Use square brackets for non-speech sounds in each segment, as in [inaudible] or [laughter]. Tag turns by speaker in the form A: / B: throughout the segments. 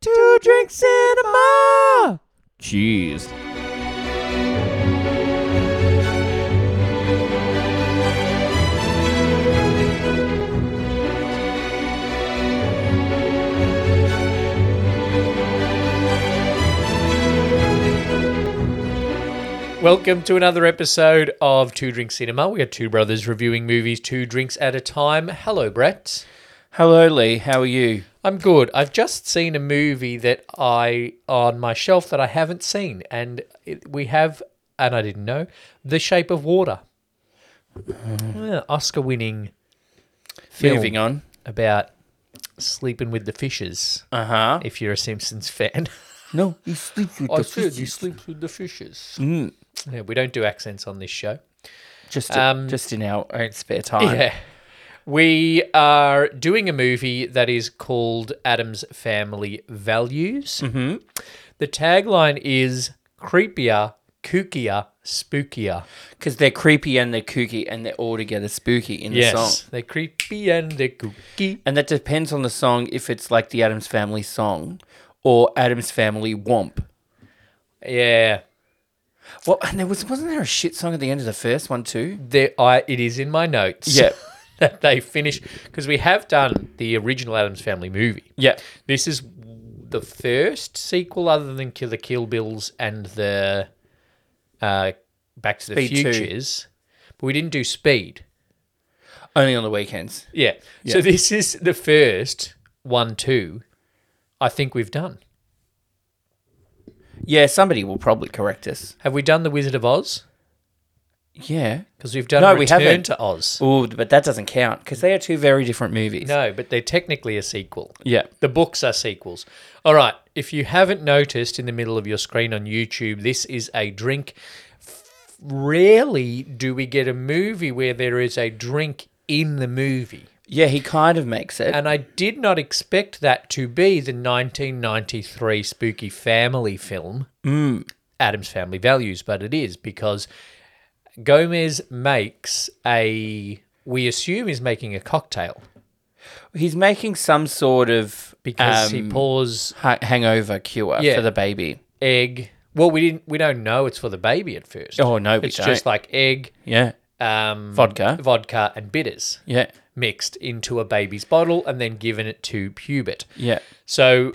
A: Two Drink Cinema. Cheers.
B: Welcome to another episode of Two Drink Cinema. We are two brothers reviewing movies two drinks at a time. Hello, Brett.
A: Hello, Lee. How are you?
B: I'm good. I've just seen a movie that I on my shelf that I haven't seen, and it, we have, and I didn't know, The Shape of Water, Yeah, Oscar-winning film
A: Moving on.
B: about sleeping with the fishes.
A: Uh huh.
B: If you're a Simpsons fan,
A: No, you sleep with
B: I said you sleep with the fishes.
A: Mm.
B: Yeah, we don't do accents on this show.
A: Just, uh,
B: Um,
A: just in our own spare time.
B: Yeah. We are doing a movie that is called Adam's Family Values. Mm-hmm. The tagline is creepier, kookier, spookier.
A: Because they're creepy and they're kooky and they're all together spooky in the song.
B: They're creepy and they're kooky.
A: And that depends on the song if it's like the Adams Family song or Adams Family Womp.
B: Yeah.
A: Well, and there was wasn't there a shit song at the end of the first one too?
B: There I it is in my notes.
A: Yeah.
B: [laughs] that they finish because we have done the original Adam's Family movie.
A: Yeah.
B: This is the first sequel other than Kill the Kill Bills and the uh, Back to the
A: Speed two.
B: Futures. But we didn't do Speed.
A: Only on the weekends.
B: Yeah. So this is the first one, two, I think we've done.
A: Yeah, somebody will probably correct us.
B: Have we done The Wizard of Oz?
A: Yeah.
B: Because we've done
A: No, we
B: Return
A: haven't.
B: to Oz.
A: Oh, but that doesn't count because they are two very different movies.
B: No, but they're technically a sequel.
A: Yeah.
B: The books are sequels. All right. If you haven't noticed in the middle of your screen on YouTube, this is a drink. F- Rarely do we get a movie where there is a drink in the movie.
A: Yeah, he kind of makes it.
B: And I did not expect that to be the 1993 spooky family film, Adam's Family Values, but it is because Gomez makes a, we assume is making a cocktail
A: He's making some sort of
B: because he
A: um,
B: pours
A: ha- hangover cure
B: Yeah.
A: for the baby.
B: egg. Well, we didn't. We don't know it's for the baby at first.
A: Oh, no, we
B: it's
A: don't.
B: just like egg,
A: Yeah.
B: um,
A: Vodka.
B: vodka, and bitters
A: Yeah.
B: mixed into a baby's bottle and then given it to pubit.
A: Yeah.
B: So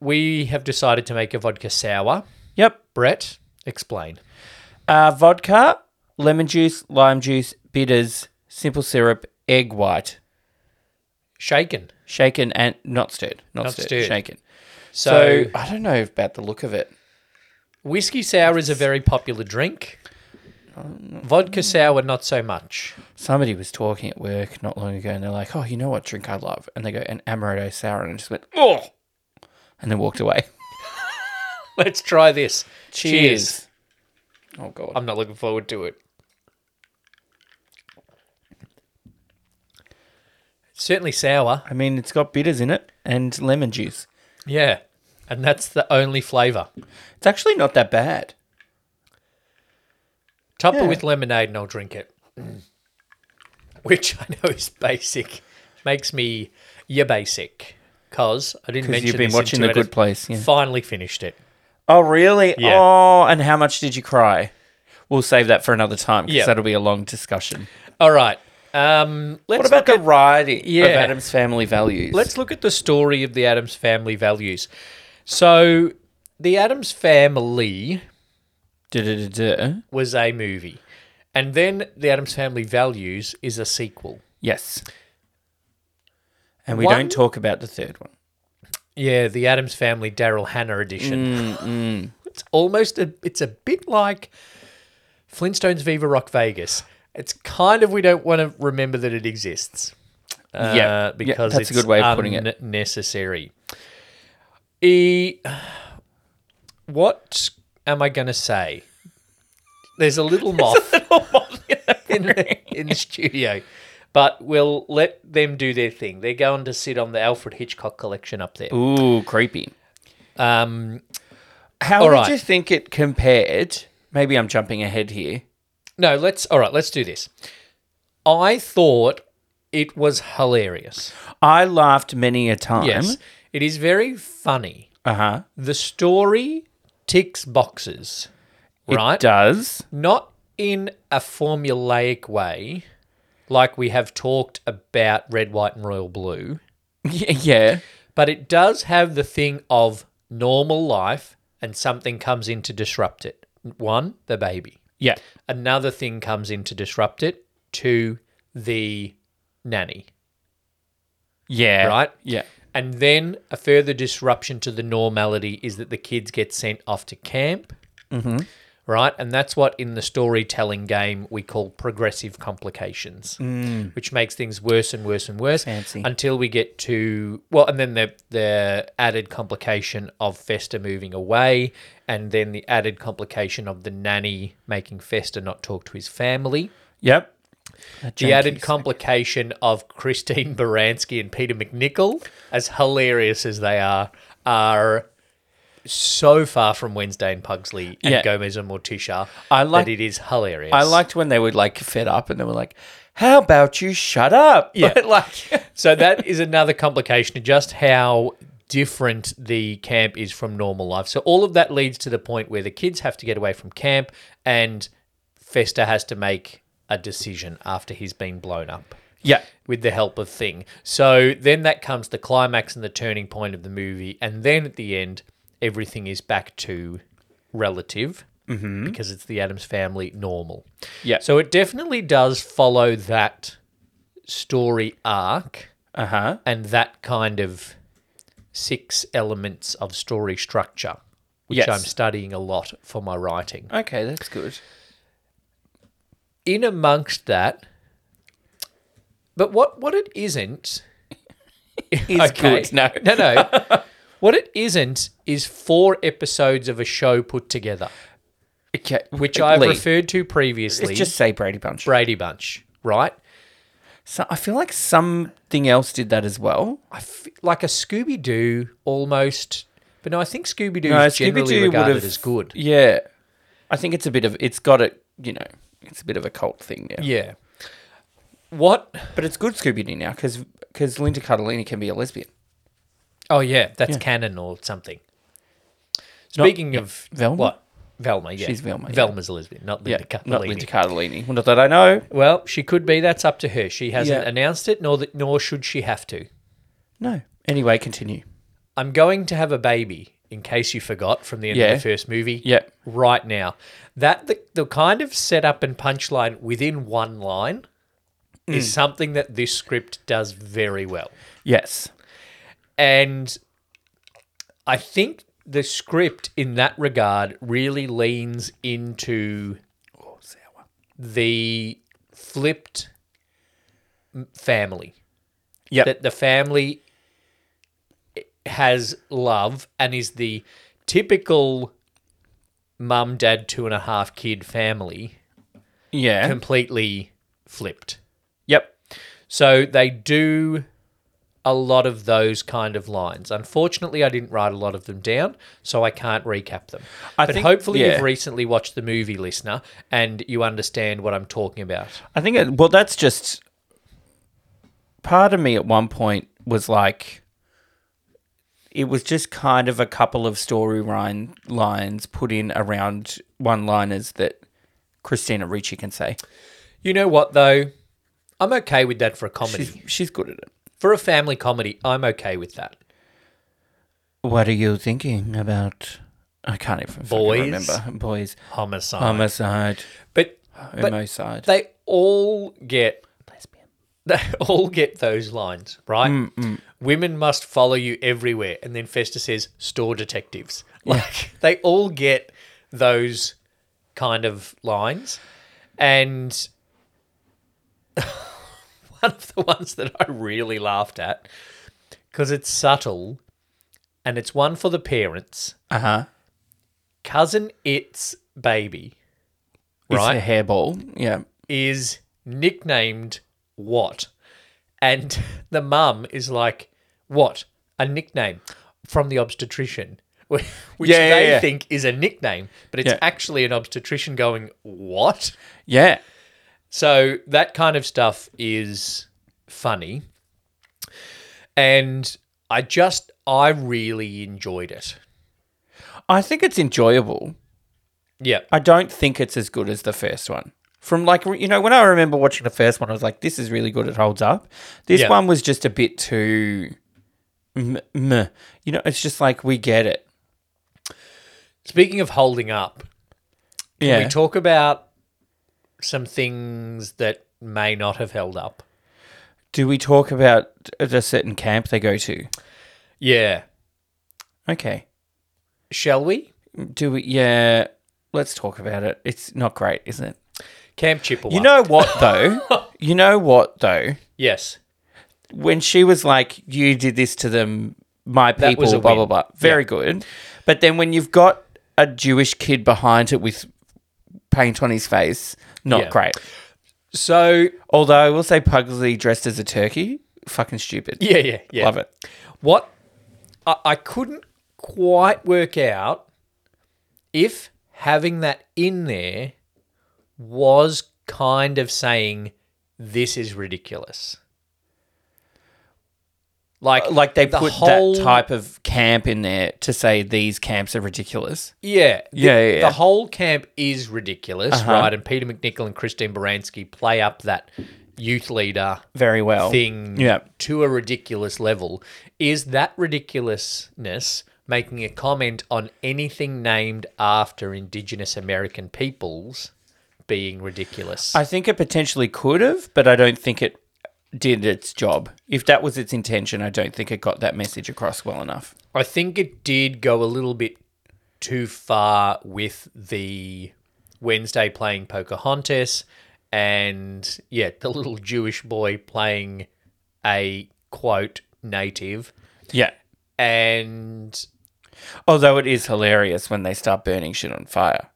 B: we have decided to make a vodka sour.
A: Yep.
B: Brett, explain.
A: Uh, vodka, lemon juice, lime juice, bitters, simple syrup, egg white,
B: Shaken.
A: shaken and not stirred, not,
B: Not
A: stirred,
B: stirred.
A: shaken.
B: So,
A: so I don't know about the look of it.
B: whiskey sour is a very popular drink.
A: Um,
B: Vodka sour, not so much. [laughs]
A: Somebody was talking at work not long ago, and they're like, "Oh, you know what drink I love?" And they go, "An amaretto sour," and I just went, "Oh," and then walked away.
B: Let's try this. Cheers.
A: Oh god.
B: I'm not looking forward to it. Certainly sour.
A: I mean, it's got bitters in it and lemon juice.
B: Yeah. And that's the only flavour.
A: It's actually not that bad.
B: Top
A: Yeah.
B: it with lemonade and I'll drink it. [clears throat] Which I know is basic. Makes me, you're basic. Because I didn't
A: Because
B: mention
A: you've been
B: this
A: watching
B: into
A: The
B: it.
A: Good Place. Yeah.
B: Finally finished it.
A: Oh, really?
B: Yeah.
A: Oh, and how much did you cry? We'll save that for another time because
B: Yeah.
A: that'll be a long discussion.
B: All right. Um, let's
A: What about the variety
B: Yeah.
A: of Adam's family values?
B: Let's look at the story of the Adams family values. So, the Adams family
A: Du-du-du-du.
B: was a movie. And then The Adams Family Values is a sequel.
A: Yes. And we
B: One-
A: don't talk about the third one.
B: Yeah, The Adams Family Daryl Hannah edition.
A: Mm,
B: [laughs] it's almost a, it's a bit like Flintstones Viva Rock Vegas. It's kind of we don't want to remember that it exists.
A: Yeah.
B: Uh,
A: Yeah,
B: because
A: that's a
B: it's
A: good way of putting it.
B: unnecessary. E, what am I going to say? There's
A: [laughs]
B: a little moth, [laughs] in, the, in the studio, but we'll let them do their thing. They're going to sit on the Alfred Hitchcock collection up there.
A: Ooh, creepy.
B: Um,
A: How
B: All
A: would
B: right.
A: you think it compared? Maybe I'm jumping ahead here.
B: no, let's. All right, let's do this. I thought it was hilarious.
A: I laughed many a time.
B: Yes, it is very funny.
A: Uh huh.
B: The story ticks boxes, right?
A: Does.
B: Not in a formulaic way, like we have talked about red, white, and royal blue,
A: Yeah. yeah.
B: but it does have the thing of normal life and something comes in to disrupt it. One, the baby.
A: Yeah.
B: Another thing comes in to disrupt it. Two, the nanny.
A: Yeah.
B: Right?
A: Yeah.
B: And then a further disruption to the normality is that the kids get sent off to camp.
A: Mm-hmm.
B: Right? And that's what in the storytelling game we call progressive complications, which makes things worse and worse and worse
A: Mm. Fancy.
B: until we get to, well, and then the, the added complication of Fester moving away, and then the added complication of the nanny making Fester not talk to his family.
A: Yep.
B: The added complication of Christine Baranski and Peter McNichol, as hilarious as they are, are so far from Wednesday and Pugsley and
A: Yeah.
B: Gomez and Morticia
A: I like-
B: that it is hilarious.
A: I
B: [laughs]
A: liked when they were like fed up and they were like, "How about you shut up?" Yeah. like.
B: so that is another complication of just how different the camp is from normal life. So all of that leads to the point where the kids have to get away from camp and Fester has to make a decision after he's been blown up.
A: [laughs] yeah.
B: with the help of Thing. So then that comes the climax and the turning point of the movie. And then at the end, everything is back to relative because it's the Adams family normal.
A: Mm-hmm. Yeah.
B: So it definitely does follow that story arc
A: Uh huh.
B: and that kind of six elements of story structure, which
A: Yes.
B: I'm studying a lot for my writing
A: Okay, that's good.
B: in amongst that. But what what it
A: [laughs]
B: isn't is
A: good, no.
B: no, no. [laughs] what it isn't is four episodes of a show put together,
A: Okay,
B: which I've
A: Lee,
B: referred to previously.
A: Let's just say Brady Bunch.
B: Brady Bunch, right?
A: So I feel like something else did that as well.
B: I f- like a Scooby Doo almost, but no, I think Scooby Doo
A: No,
B: is generally
A: Scooby-Doo would
B: regarded
A: have-
B: as good.
A: Yeah, I think it's a bit of it's got a you know it's a bit of a cult thing now.
B: Yeah. What?
A: But it's good Scooby Doo now because Linda Cardellini can be a lesbian.
B: Oh yeah, that's canon or something. Speaking of
A: Velma?
B: what? Velma, yeah.
A: She's Velma, yeah.
B: Velma's a lesbian, not
A: Yeah,
B: Linda
A: not
B: Cardellini.
A: Linda Cardellini. Well, not that I know.
B: Well, she could be. That's up to her. She hasn't
A: Yeah.
B: announced it, nor that, nor should she have to.
A: No. Anyway, continue.
B: I'm going to have a baby, in case you forgot from the end
A: Yeah.
B: of the first movie.
A: Yeah.
B: Right now, that the, the kind of setup and punchline within one line
A: Hmm.
B: is something that this script does very well.
A: Yes.
B: And I think the script in that regard really leans into the flipped m- family.
A: Yep.
B: That the family has love and is the typical mum, dad, two and a half kid family
A: Yeah.
B: completely flipped.
A: yep.
B: So they do a lot of those kind of lines. Unfortunately, I didn't write a lot of them down, so I can't recap them.
A: I
B: but
A: think-
B: hopefully,
A: yeah.
B: you've recently watched the movie, listener, and you understand what I'm talking about.
A: I think, it, well, that's just part of me at one point was like, it was just kind of a couple of story line, lines put in around one liners that Christina Ricci can say.
B: You know what, though? I'm okay with that for a comedy.
A: She's, she's good at it.
B: For a family comedy, I'm okay with that.
A: What are you thinking about? I can't even fucking
B: Boys?
A: remember. Boys.
B: Homicide.
A: Homicide.
B: Um, but
A: Homicide.
B: they all get they all get those lines, right? Women must follow you everywhere. And then Fester says, store detectives. Like they all get those kind of lines. And [laughs] one of the ones that I really laughed at, because it's subtle and it's one for the parents.
A: uh huh.
B: Cousin It's baby, right?
A: It's a hairball. Yeah.
B: is nicknamed what? And [laughs] the mum is like, what? A nickname from the obstetrician, [laughs] which
A: Yeah, yeah,
B: they
A: yeah.
B: think is a nickname, but it's
A: Yeah.
B: actually an obstetrician going, what?
A: Yeah.
B: So that kind of stuff is funny. And I just, I really enjoyed it.
A: I think it's enjoyable.
B: Yeah.
A: I don't think it's as good as the first one. From like you know, when I remember watching the first one, I was like, "This is really good. It holds up." This
B: Yeah.
A: one was just a bit too, m- meh. you know. It's just like we get it.
B: Speaking of holding up,
A: Yeah,
B: we talk about some things that may not have held up.
A: Do we talk about a certain camp they go to?
B: Yeah.
A: Okay.
B: Shall we?
A: Do we? Yeah. Let's talk about it. It's not great, is it?
B: Camp Chippewa.
A: You know what though? you know what though?
B: Yes.
A: When she was like, "You did this to them, my people,"
B: was a
A: blah blah
B: win.
A: blah. Very good. But then when you've got a Jewish kid behind it with paint on his face, not
B: Yeah.
A: great.
B: So,
A: Although I will say, Pugsley dressed as a turkey, fucking stupid.
B: yeah, yeah, yeah.
A: Love it.
B: What I, I couldn't quite work out if having that in there was kind of saying this is ridiculous. Uh, Like,
A: Like they
B: the
A: put
B: whole-
A: that type of camp in there to say these camps are ridiculous.
B: yeah, Uh-huh. the,
A: Yeah, yeah, yeah.
B: the whole camp is ridiculous, right? And Peter McNichol and Christine Baranski play up that youth leader
A: Very well.
B: thing
A: Yeah.
B: to a ridiculous level. Is that ridiculousness making a comment on anything named after Indigenous American peoples being ridiculous?
A: I think it potentially could have, but I don't think it did its job. If that was its intention, I don't think it got that message across well enough.
B: I think it did go a little bit too far with the Wednesday playing Pocahontas and yeah, the little Jewish boy playing a quote native
A: Yeah.
B: and
A: Although it is hilarious when they start burning shit on fire.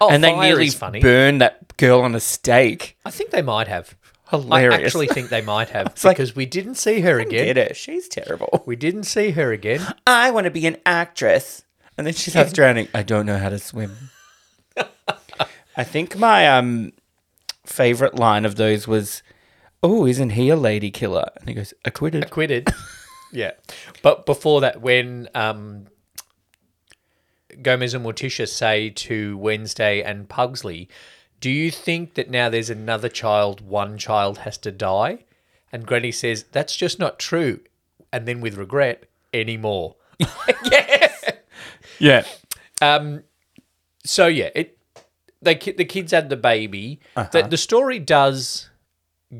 B: oh,
A: and they
B: fire
A: nearly
B: is funny.
A: burn that girl on a stake.
B: I think they might have.
A: Hilarious.
B: I actually think they
A: [laughs]
B: might have
A: like-
B: because we didn't see her again.
A: Get her. She's terrible.
B: We didn't see her again.
A: [laughs] I want to be an actress. And then she starts drowning. I don't know how to [laughs] swim. I think my um favorite line of those was, Oh, isn't he a lady killer? And he goes, Acquitted.
B: Acquitted. yeah. But before that, when um, Gomez and Morticia say to Wednesday and Pugsley, Do you think that now there's another child, one child has to die? And Granny says, That's just not true. And then with regret, anymore. yeah.
A: Yeah.
B: Um, so yeah, it they ki- the kids had the baby. The, the story does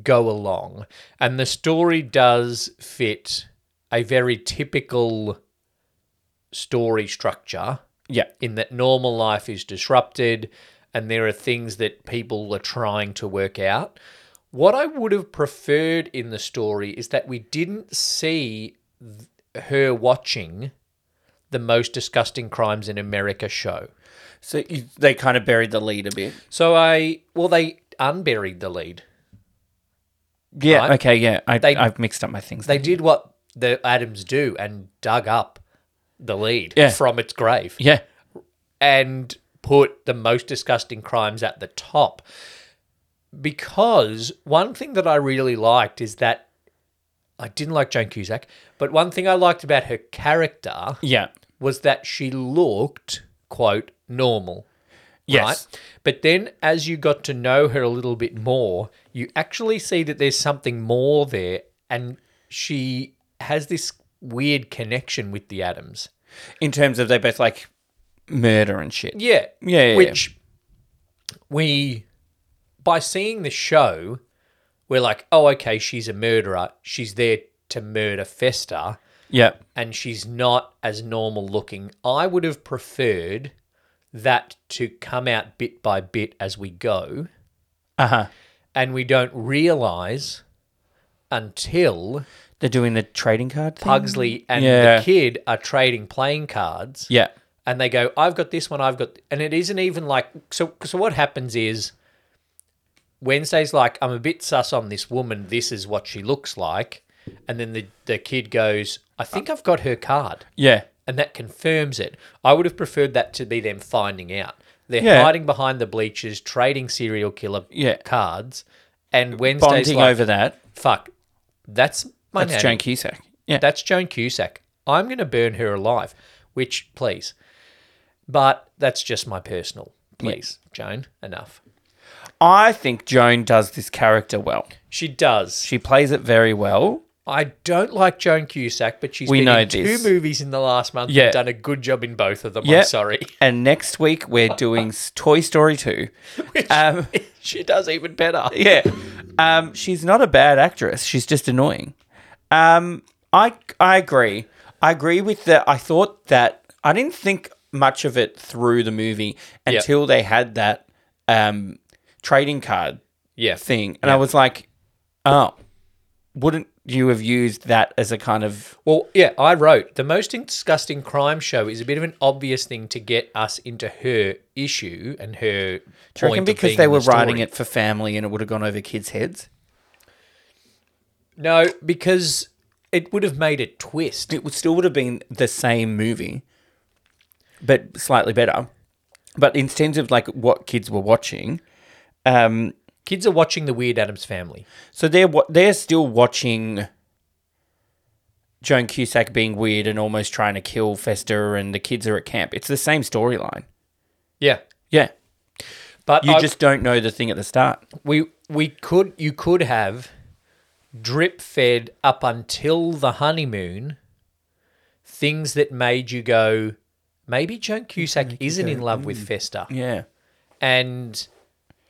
B: go along, and the story does fit a very typical story structure
A: Yeah.
B: in that normal life is disrupted, and there are things that people are trying to work out. What I would have preferred in the story is that we didn't see th- her watching the most disgusting crimes in America show.
A: So you, they kind of buried the lead a bit.
B: So I, well, they unburied the lead.
A: Yeah.
B: Right.
A: Okay. Yeah. I,
B: They-
A: I've mixed up my things.
B: They did what the Adams do and dug up the lead
A: Yeah.
B: from its grave
A: yeah.
B: and put the most disgusting crimes at the top. Because one thing that I really liked is that I didn't like Joan Cusack, but one thing I liked about her character
A: Yeah.
B: was that she looked, quote, normal.
A: Yes.
B: Right? But then as you got to know her a little bit more, you actually see that there's something more there and she has this weird connection with the Adams.
A: In terms of they both like murder and shit.
B: Yeah.
A: Yeah, yeah,
B: Which we by seeing the show, we're like, oh okay, she's a murderer. She's there to murder Festa.
A: Yeah.
B: and she's not as normal looking. I would have preferred that to come out bit by bit as we go,
A: Uh huh.
B: and we don't realize until
A: They're doing the trading card thing.
B: Pugsley and
A: Yeah.
B: the kid are trading playing cards,
A: Yeah.
B: and they go, "I've got this one, I've got," and it isn't even like so. So what happens is. Wednesday's like, I'm a bit sus on this woman. This is what she looks like. And then the, the kid goes, I think I've got her card.
A: Yeah.
B: and that confirms it. I would have preferred that to be them finding out. They're
A: Yeah.
B: hiding behind the bleachers, trading serial killer
A: Yeah.
B: cards, and Wednesday's
A: Bonding
B: like,
A: over that.
B: "Fuck, that's my
A: That's
B: nanny.
A: Joan Cusack. Yeah.
B: That's Joan Cusack. I'm going to burn her alive, which, please. But that's just my personal. Please, Joan, enough.
A: I think Joan does this character well.
B: She does.
A: She plays it very well.
B: I don't like Joan Cusack, but she's
A: We
B: been
A: know
B: in two
A: this.
B: movies in the last month
A: Yeah.
B: and done a good job in both of them.
A: Yeah.
B: I'm sorry. [laughs]
A: And next week we're doing s- Toy Story 2. [laughs] Um,
B: she does even better.
A: [laughs] yeah. Um, she's not a bad actress. She's just annoying. Um, I I agree. I agree with that. I thought that I didn't think much of it through the movie until they had that um, trading card
B: Yeah.
A: thing, and I was like, oh, wouldn't you have used that as a kind of
B: Well, yeah, I wrote the most disgusting crime show is a bit of an obvious thing to get us into her issue and
A: Do you
B: her
A: reckon
B: point of
A: because
B: being
A: they
B: in
A: were
B: the story.
A: writing it for family and it would have gone over kids' heads?
B: No, because it would have made it twist.
A: It would still would have been the same movie, but slightly better. But in terms of like what kids were watching, um,
B: Kids are watching the Weird Adams Family.
A: so they're wa- they're still watching Joan Cusack being weird and almost trying to kill Fester, and the kids are at camp. It's the same storyline.
B: Yeah,
A: Yeah,
B: but
A: you
B: I-
A: just don't know the thing at the start.
B: we we could you could have drip fed up until the honeymoon things that made you go maybe Joan Cusack isn't in love with Fester
A: Yeah,
B: and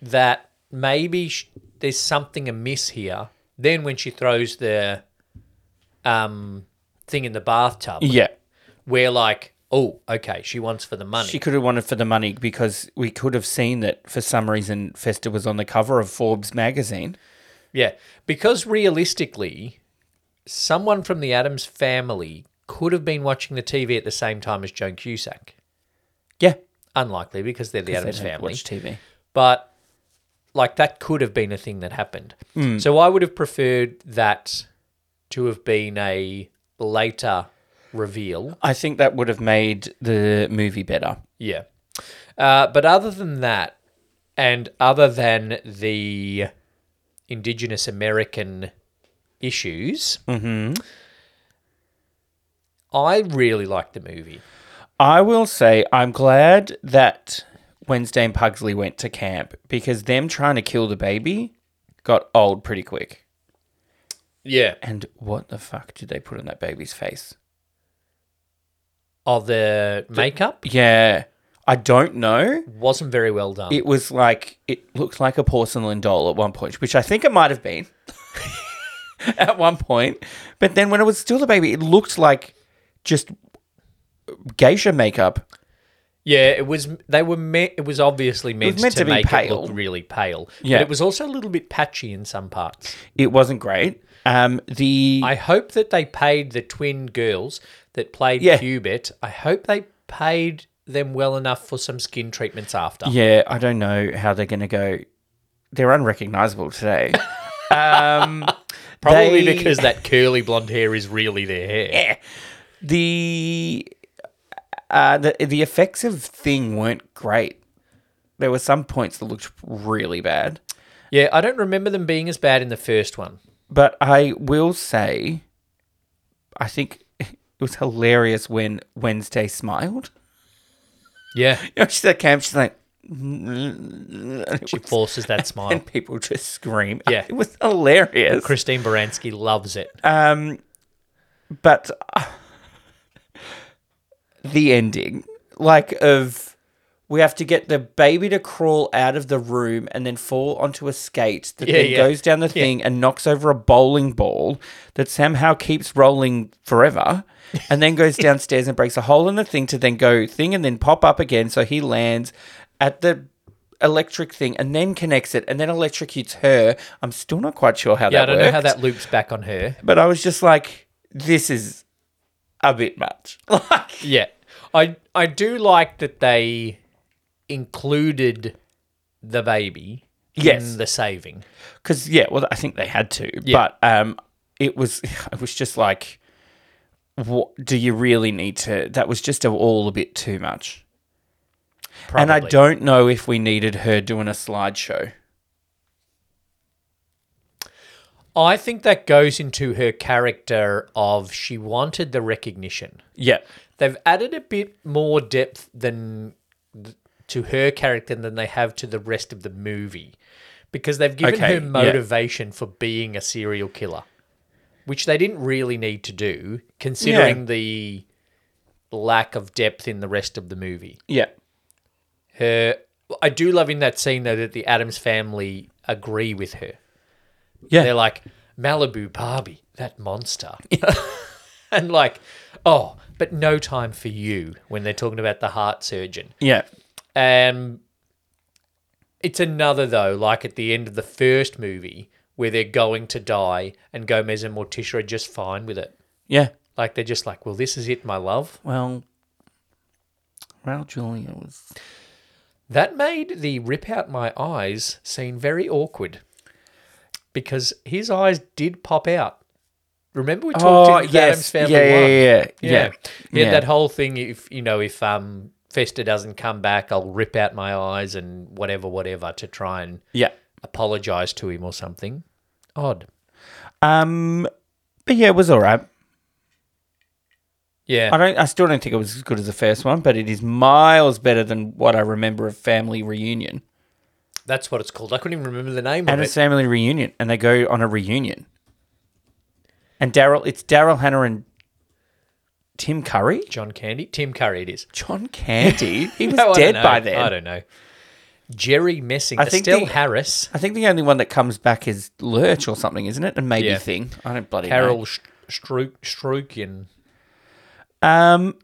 B: that maybe sh- there's something amiss here. Then when she throws the um thing in the bathtub,
A: yeah.
B: we're like, oh, okay, she wants for the money.
A: She could have wanted for the money because we could have seen that for some reason Fester was on the cover of Forbes magazine.
B: Yeah, because realistically, someone from the Adams family could have been watching the TV at the same time as Joan Cusack.
A: Yeah,
B: Unlikely because they're the Adams family.
A: watch TV.
B: But like that could have been a thing that happened. So I would have preferred that to have been a later reveal.
A: I think that would have made the movie better.
B: Yeah. Uh, but other than that, and other than the Indigenous American issues, Mm-hmm. I really liked the movie.
A: I will say I'm glad that Wednesday and Pugsley went to camp because them trying to kill the baby got old pretty quick.
B: Yeah.
A: And what the fuck did they put on that baby's face?
B: Of the makeup
A: Yeah, I don't know.
B: wasn't very well done.
A: It was like it looked like a porcelain doll at one point, which I think it might have been [laughs] at one point. But then when it was still the baby, it looked like just geisha makeup.
B: yeah, it was. They were. Me- it was obviously meant,
A: meant
B: to,
A: to be
B: make it
A: pale.
B: look really pale.
A: Yeah.
B: But it was also a little bit patchy in some parts.
A: It wasn't great. Um, the
B: I hope that they paid the twin girls that played
A: Yeah.
B: Cubit. I hope they paid them well enough for some skin treatments after.
A: yeah, I don't know how they're gonna go. They're unrecognizable today. um,
B: [laughs] Probably
A: they-
B: because that curly blonde hair is really their hair.
A: the uh, the the effects of thing weren't great. There were some points that looked really bad,
B: Yeah, I don't remember them being as bad in the first one.
A: but I will say, I think [laughs] it was hilarious when Wednesday smiled. [laughs]
B: Yeah.
A: You know, she's at camp. She's like,
B: She forces that
A: [laughs]
B: smile.
A: and people just scream.
B: Yeah.
A: it was hilarious.
B: Christine Baranski loves it.
A: Um, but [laughs] uh, the ending, like of we have to get the baby to crawl out of the room and then fall onto a skate that
B: Yeah,
A: then
B: yeah.
A: goes down the thing and knocks over a bowling ball that somehow keeps rolling forever and then
B: [laughs]
A: goes downstairs and breaks a hole in the thing to then go thing and then pop up again so he lands at the electric thing and then connects it and then electrocutes her i'm still not quite sure how
B: Yeah,
A: that
B: I don't
A: worked
B: know how that loops back on her.
A: but I was just like, this is a bit much. Like,
B: Yeah. I I do like that they included the baby
A: Yes.
B: in the saving.
A: because yeah, well, I think they had to,
B: Yeah.
A: but um, it was, [laughs] it was just like, what do you really need to? That was just a, all a bit too much.
B: Probably.
A: And I don't know if we needed her doing a slideshow.
B: I think that goes into her character of she wanted the recognition.
A: Yeah.
B: They've added a bit more depth than th- to her character than they have to the rest of the movie because they've given
A: Okay, yeah.
B: her motivation for being a serial killer, which they didn't really need to do considering the lack of depth in the rest of the movie.
A: Yeah.
B: Her I do love in that scene though that the Adams family agree with her.
A: Yeah.
B: They're like, Malibu Barbie, that monster. [laughs] and like, oh, but no time for you when they're talking about the heart surgeon.
A: yeah.
B: Um it's another though, like at the end of the first movie, where they're going to die and Gomez and Morticia are just fine with it.
A: Yeah.
B: Like they're just like, Well, this is it, my love.
A: Well, Raul Julia was.
B: That made the rip out my eyes seem very awkward because his eyes did pop out. Remember we talked in the Adams Family
A: Oh, yeah, yeah,
B: one?
A: yeah, yeah, yeah,
B: Yeah. He had that whole thing if you know, if um Fester doesn't come back, I'll rip out my eyes and whatever, whatever to try and
A: yeah.
B: apologize to him or something. Odd.
A: Um, but yeah, it was all right. I
B: Yeah.
A: don't. I still don't think it was as good as the first one, but it is miles better than what I remember of Family Reunion.
B: That's what it's called. I couldn't even remember the name
A: And
B: of
A: it's
B: it.
A: Family Reunion, and they go on a reunion. And Daryl, it's Daryl Hannah and Tim Curry,
B: John Candy. Tim Curry it is.
A: John
B: [laughs]
A: Candy. He was
B: No, I don't
A: dead
B: know.
A: by then.
B: I don't know. Jerry Messing.
A: I think
B: Estelle
A: the-
B: Harris.
A: I think the only one that comes back is Lurch or something, isn't it? And maybe
B: Yeah.
A: Thing. I don't bloody
B: Carol Stru- Strugian.
A: know. Um,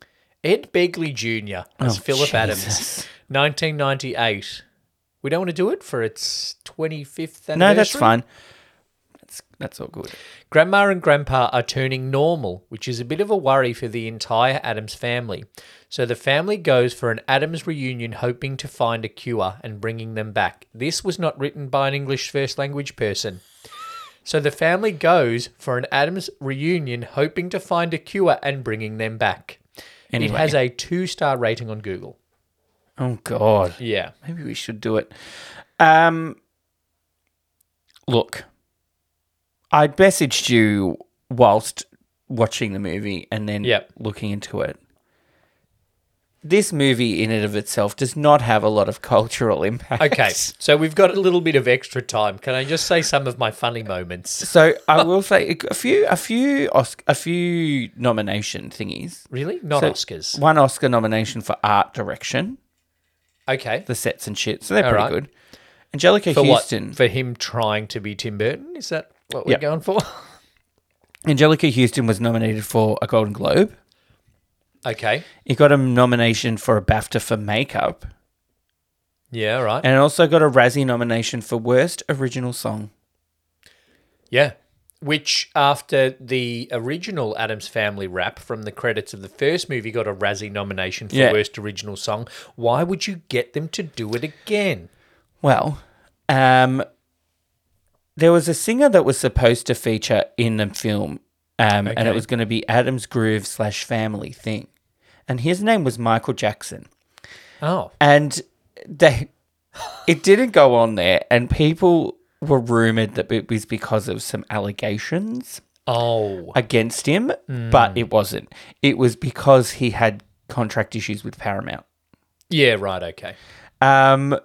B: Ed Begley Jr. as
A: Oh,
B: Philip Adams.
A: Jesus.
B: 1998. We don't want to do it for its 25th anniversary.
A: no, that's fine. That's that's all good.
B: Grandma and Grandpa are turning normal, which is a bit of a worry for the entire Adams family. So the family goes for an Adams reunion, hoping to find a cure and bringing them back. This was not written by an English first language person. So the family goes for an Adams reunion, hoping to find a cure and bringing them back. It
A: Anyway.
B: has a two star rating on Google.
A: Oh God,
B: Yeah.
A: maybe we should do it. Um, look, I messaged you whilst watching the movie and then
B: Yep.
A: looking into it. This movie, in and of itself, does not have a lot of cultural impact. [laughs]
B: Okay. So we've got a little bit of extra time. Can I just say some of my funny moments?
A: So I will say a few, a few, Osc- a few nomination thingies.
B: Really? Not
A: So-
B: Oscars.
A: One Oscar nomination for art direction,
B: Okay.
A: the sets and shit. So they're
B: All
A: pretty
B: right.
A: good. Angelica
B: For
A: Houston.
B: what? For him trying to be Tim Burton? Is that what we're
A: Yep.
B: going for? [laughs]
A: Angelica Houston was nominated for a Golden Globe.
B: okay.
A: It got a nomination for a BAFTA for makeup,
B: Yeah, all right.
A: and it also got a Razzie nomination for worst original song.
B: yeah. Which, after the original Adams Family rap from the credits of the first movie, got a Razzie nomination for
A: Yeah.
B: Worst Original Song. Why would you get them to do it again?
A: Well, um, there was a singer that was supposed to feature in the film, um, and
B: Okay.
A: it was going to be Adam's Groove slash Family thing, and his name was Michael Jackson,
B: Oh,
A: and they, it didn't go on there, and people were rumored that it was because of some allegations
B: oh,
A: against him, but it wasn't. It was because he had contract issues with Paramount.
B: yeah, right, okay,
A: Um,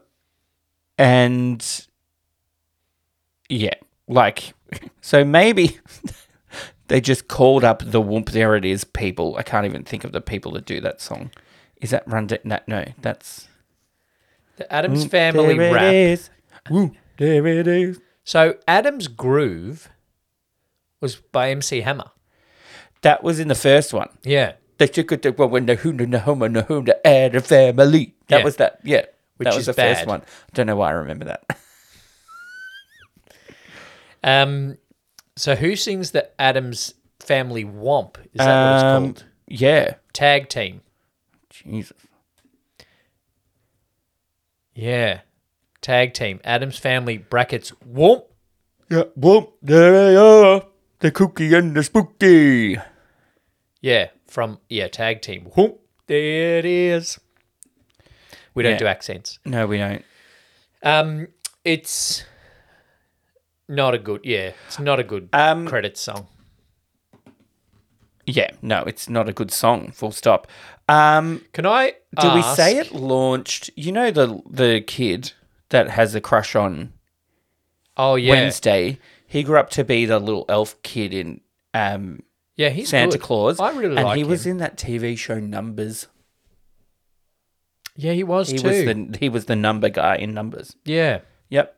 A: and yeah, like, [laughs] so maybe [laughs] they just called up the Whoomp. There it is, people. I can't even think of the people that do that song. Is that Run? De- no, no, that's
B: the Adams Family
A: Mm, There it
B: rap.
A: is. Whoop, there it is.
B: So Adams Groove was by MC Hammer.
A: That was in the first one.
B: Yeah,
A: They took it to well, when the Hunda, the Homo, the Hunda, and the family. That
B: Yeah.
A: was that. Yeah,
B: Which
A: that was
B: is
A: the
B: bad.
A: first one. I don't know why I remember that. [laughs]
B: Um, so who sings the Adams Family Womp? Is that what it's
A: Um,
B: called?
A: Yeah.
B: Tag team.
A: Jesus.
B: Yeah. Tag team. Adams Family brackets Womp.
A: Yeah, well, there they are. The cookie and the spooky.
B: Yeah. From, yeah, tag team. Womp. There it is. We don't
A: Yeah.
B: do accents.
A: No, we don't.
B: Um, it's Not a good, yeah. It's not a good
A: Um,
B: credit song.
A: Yeah, no, it's not a good song. Full stop. Um,
B: Can I?
A: do we say it launched? You know the the kid that has a crush on
B: Oh yeah,
A: Wednesday. He grew up to be the little elf kid in um,
B: yeah. He's
A: Santa
B: good.
A: Claus.
B: I really
A: and
B: like
A: he
B: him.
A: was in that TV show Numbers.
B: yeah, he was
A: He
B: too.
A: was the he was the number guy in Numbers.
B: yeah.
A: Yep.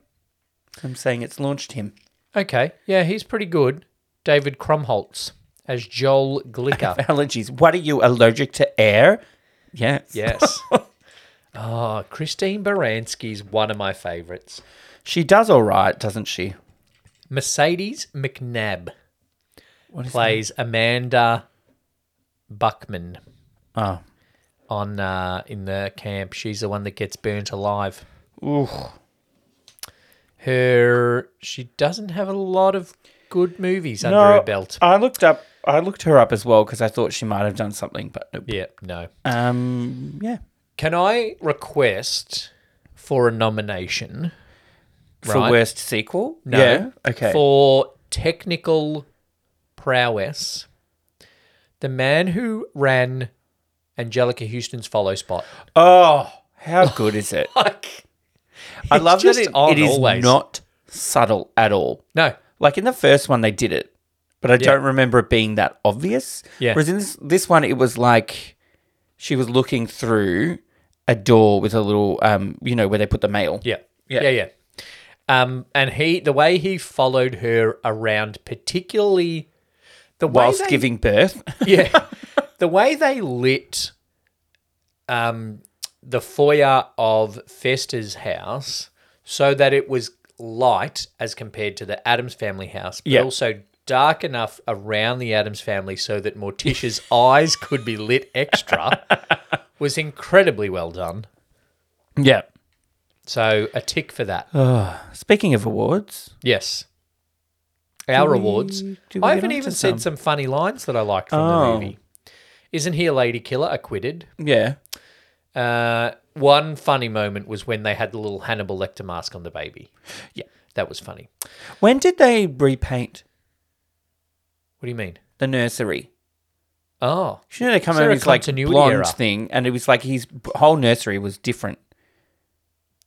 A: I'm saying it's launched him. [laughs]
B: Okay. Yeah, he's pretty good. David Crumholtz as Joel Glicker.
A: [laughs] Allergies. What are you allergic to air? Yeah.
B: [laughs] yes. Oh, Christine Baranski's one of my favorites.
A: She does all right, doesn't she?
B: Mercedes McNabb
A: What is
B: plays Amanda Buckman
A: Oh.
B: on uh, in the camp. She's the one that gets burnt alive.
A: Ooh.
B: her she doesn't have a lot of good movies under her belt.
A: I looked up. I looked her up as well because I thought she might have done something, but nope.
B: yeah, no.
A: Um. Yeah.
B: Can I request for a nomination?
A: For
B: Right.
A: worst sequel.
B: No.
A: Yeah. Okay.
B: For technical prowess, the man who ran Angelica Houston's
A: [laughs]
B: follow spot.
A: oh, how good is
B: [laughs]
A: it?
B: Like,
A: I love that
B: just
A: it,
B: on
A: it is
B: always.
A: not subtle at all.
B: no,
A: Like in the first one, they did it, but I don't remember it being that obvious.
B: Yeah.
A: Whereas in this, this one, it was like she was looking through a door with a little, um, you know, where they put the mail.
B: Yeah.
A: Yeah.
B: Yeah. Yeah. Um, and he, the way he followed her around, particularly the
A: Whilst
B: way they,
A: giving birth.
B: [laughs] yeah, the way they lit, um, the foyer of Festa's house, so that it was light as compared to the Adams family house, but
A: Yeah.
B: also dark enough around the Adams family so that Morticia's [laughs] eyes could be lit
A: [laughs]
B: extra, was incredibly well done.
A: yeah.
B: So a tick for that.
A: Uh, Speaking of awards.
B: Yes. Our awards.
A: we- do we
B: I
A: get
B: haven't
A: onto
B: even said
A: some?
B: some funny lines that I liked from
A: Oh.
B: the movie. Isn't he a lady killer? Acquitted.
A: Yeah.
B: Uh, one funny moment was when they had the little Hannibal Lecter mask on the baby.
A: Yeah.
B: That was funny.
A: When did they repaint
B: What do you mean?
A: the nursery?
B: Oh,
A: You know, they come
B: Is there
A: over
B: a
A: this like
B: continuity
A: blonde
B: error?
A: thing, and it was like his b- whole nursery was different.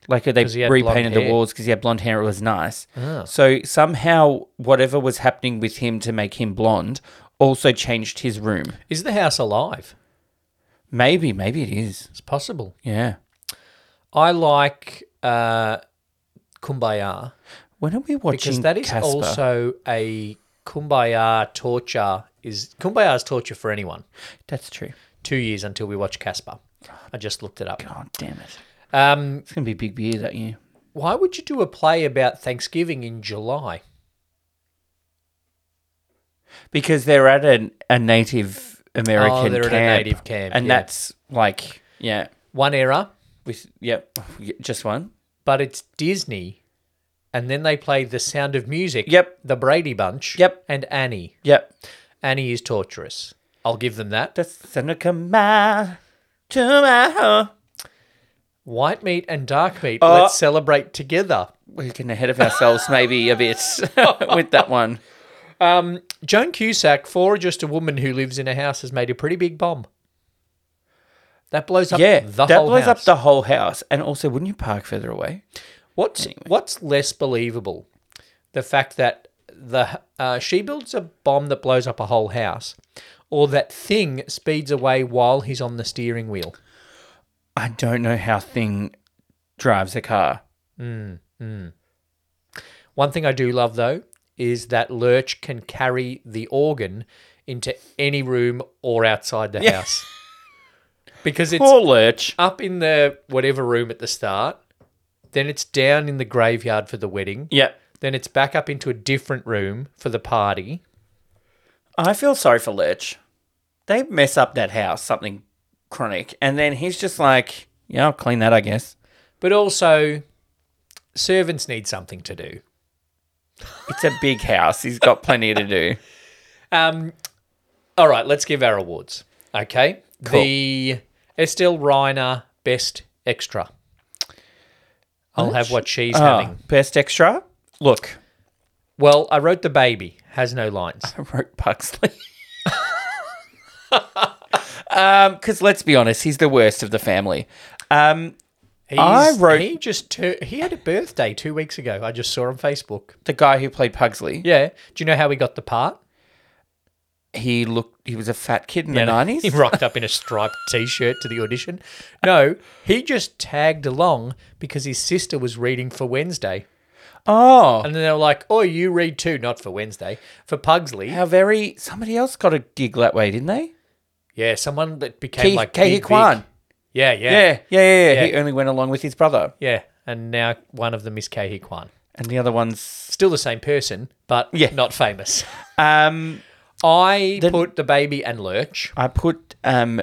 A: Like they
B: 'Cause he had blonde
A: repainted the
B: hair.
A: walls because he had blonde hair. It was nice.
B: Ah.
A: So somehow, whatever was happening with him to make him blonde also changed his room.
B: is the house alive?
A: Maybe, maybe it is.
B: It's possible.
A: Yeah.
B: I like uh, Kumbaya
A: When are we watching?
B: because that is
A: Casper?
B: also a Kumbaya torture. Is Kumbaya's torture for anyone?
A: that's true.
B: two years until we watch Casper. I just looked it up.
A: God damn it!
B: Um,
A: It's gonna be a big beer that year.
B: why would you do a play about Thanksgiving in July?
A: Because they're at a, a Native American
B: they're at a
A: camp,
B: native camp,
A: and
B: yeah.
A: that's like yeah,
B: One error,
A: with yep, just one.
B: but it's Disney, and then they play The Sound of Music.
A: Yep.
B: The Brady Bunch.
A: Yep.
B: And Annie.
A: Yep,
B: Annie is torturous. I'll give them that.
A: the sun will come out to my home.
B: White meat and dark meat.
A: Uh,
B: let's celebrate together.
A: We're getting ahead of ourselves, maybe a bit [laughs] with that one.
B: Joan Cusack, for just a woman who lives in a house, has made a pretty big bomb. That blows up.
A: Yeah,
B: the
A: that
B: whole
A: blows up
B: house.
A: the whole house. And also, wouldn't you park further away?
B: What's what's less believable, the fact that the uh, she builds a bomb that blows up a whole house, or that thing speeds away while he's on the steering wheel?
A: I don't know how thing drives a car.
B: One thing I do love though is that Lurch can carry the organ into any room or outside the house, because it's
A: Poor Lurch.
B: up in the whatever room at the start, then it's down in the graveyard for the wedding,
A: Yep.
B: then it's back up into a different room for the party.
A: I feel sorry for Lurch. They mess up that house, something chronic, and then he's just like, "Yeah, I'll clean that, I guess."
B: But also, servants need something to do.
A: It's a big house. He's got plenty to
B: [laughs]
A: do.
B: Um, all right, let's give our awards. Okay. The Estelle Reiner Best Extra. I'll have what she's
A: Ah,
B: having.
A: best extra. Look,
B: Well, I wrote The Baby, has no lines.
A: I wrote Huxley. Because Um, let's be honest, he's the worst of the family. Um,
B: He's,
A: I wrote-
B: He just tur- he had a birthday two weeks ago. I just saw on Facebook.
A: the guy who played Pugsley,
B: Yeah. Do you know how he got the part?
A: he looked. He was a fat kid in the
B: [laughs] He
A: nineties.
B: rocked up in a striped t-shirt to the audition. No, he just tagged along because his sister was reading for Wednesday,
A: Oh,
B: and then they were like, "Oh, you read too, not for Wednesday, for Pugsley."
A: how very. Somebody else got a gig that way, didn't they?
B: Yeah, someone that became
A: Keith,
B: like
A: Kehi
B: Big
A: Kwan.
B: Vic. Yeah, yeah, yeah,
A: Yeah, yeah, yeah, yeah, He
B: Yeah.
A: only went along with his brother,
B: And now one of them is Kehi Kwan.
A: and the other one's.
B: Still the same person, but
A: Yeah.
B: not famous.
A: Um,
B: I put the baby and Lurch.
A: I put um,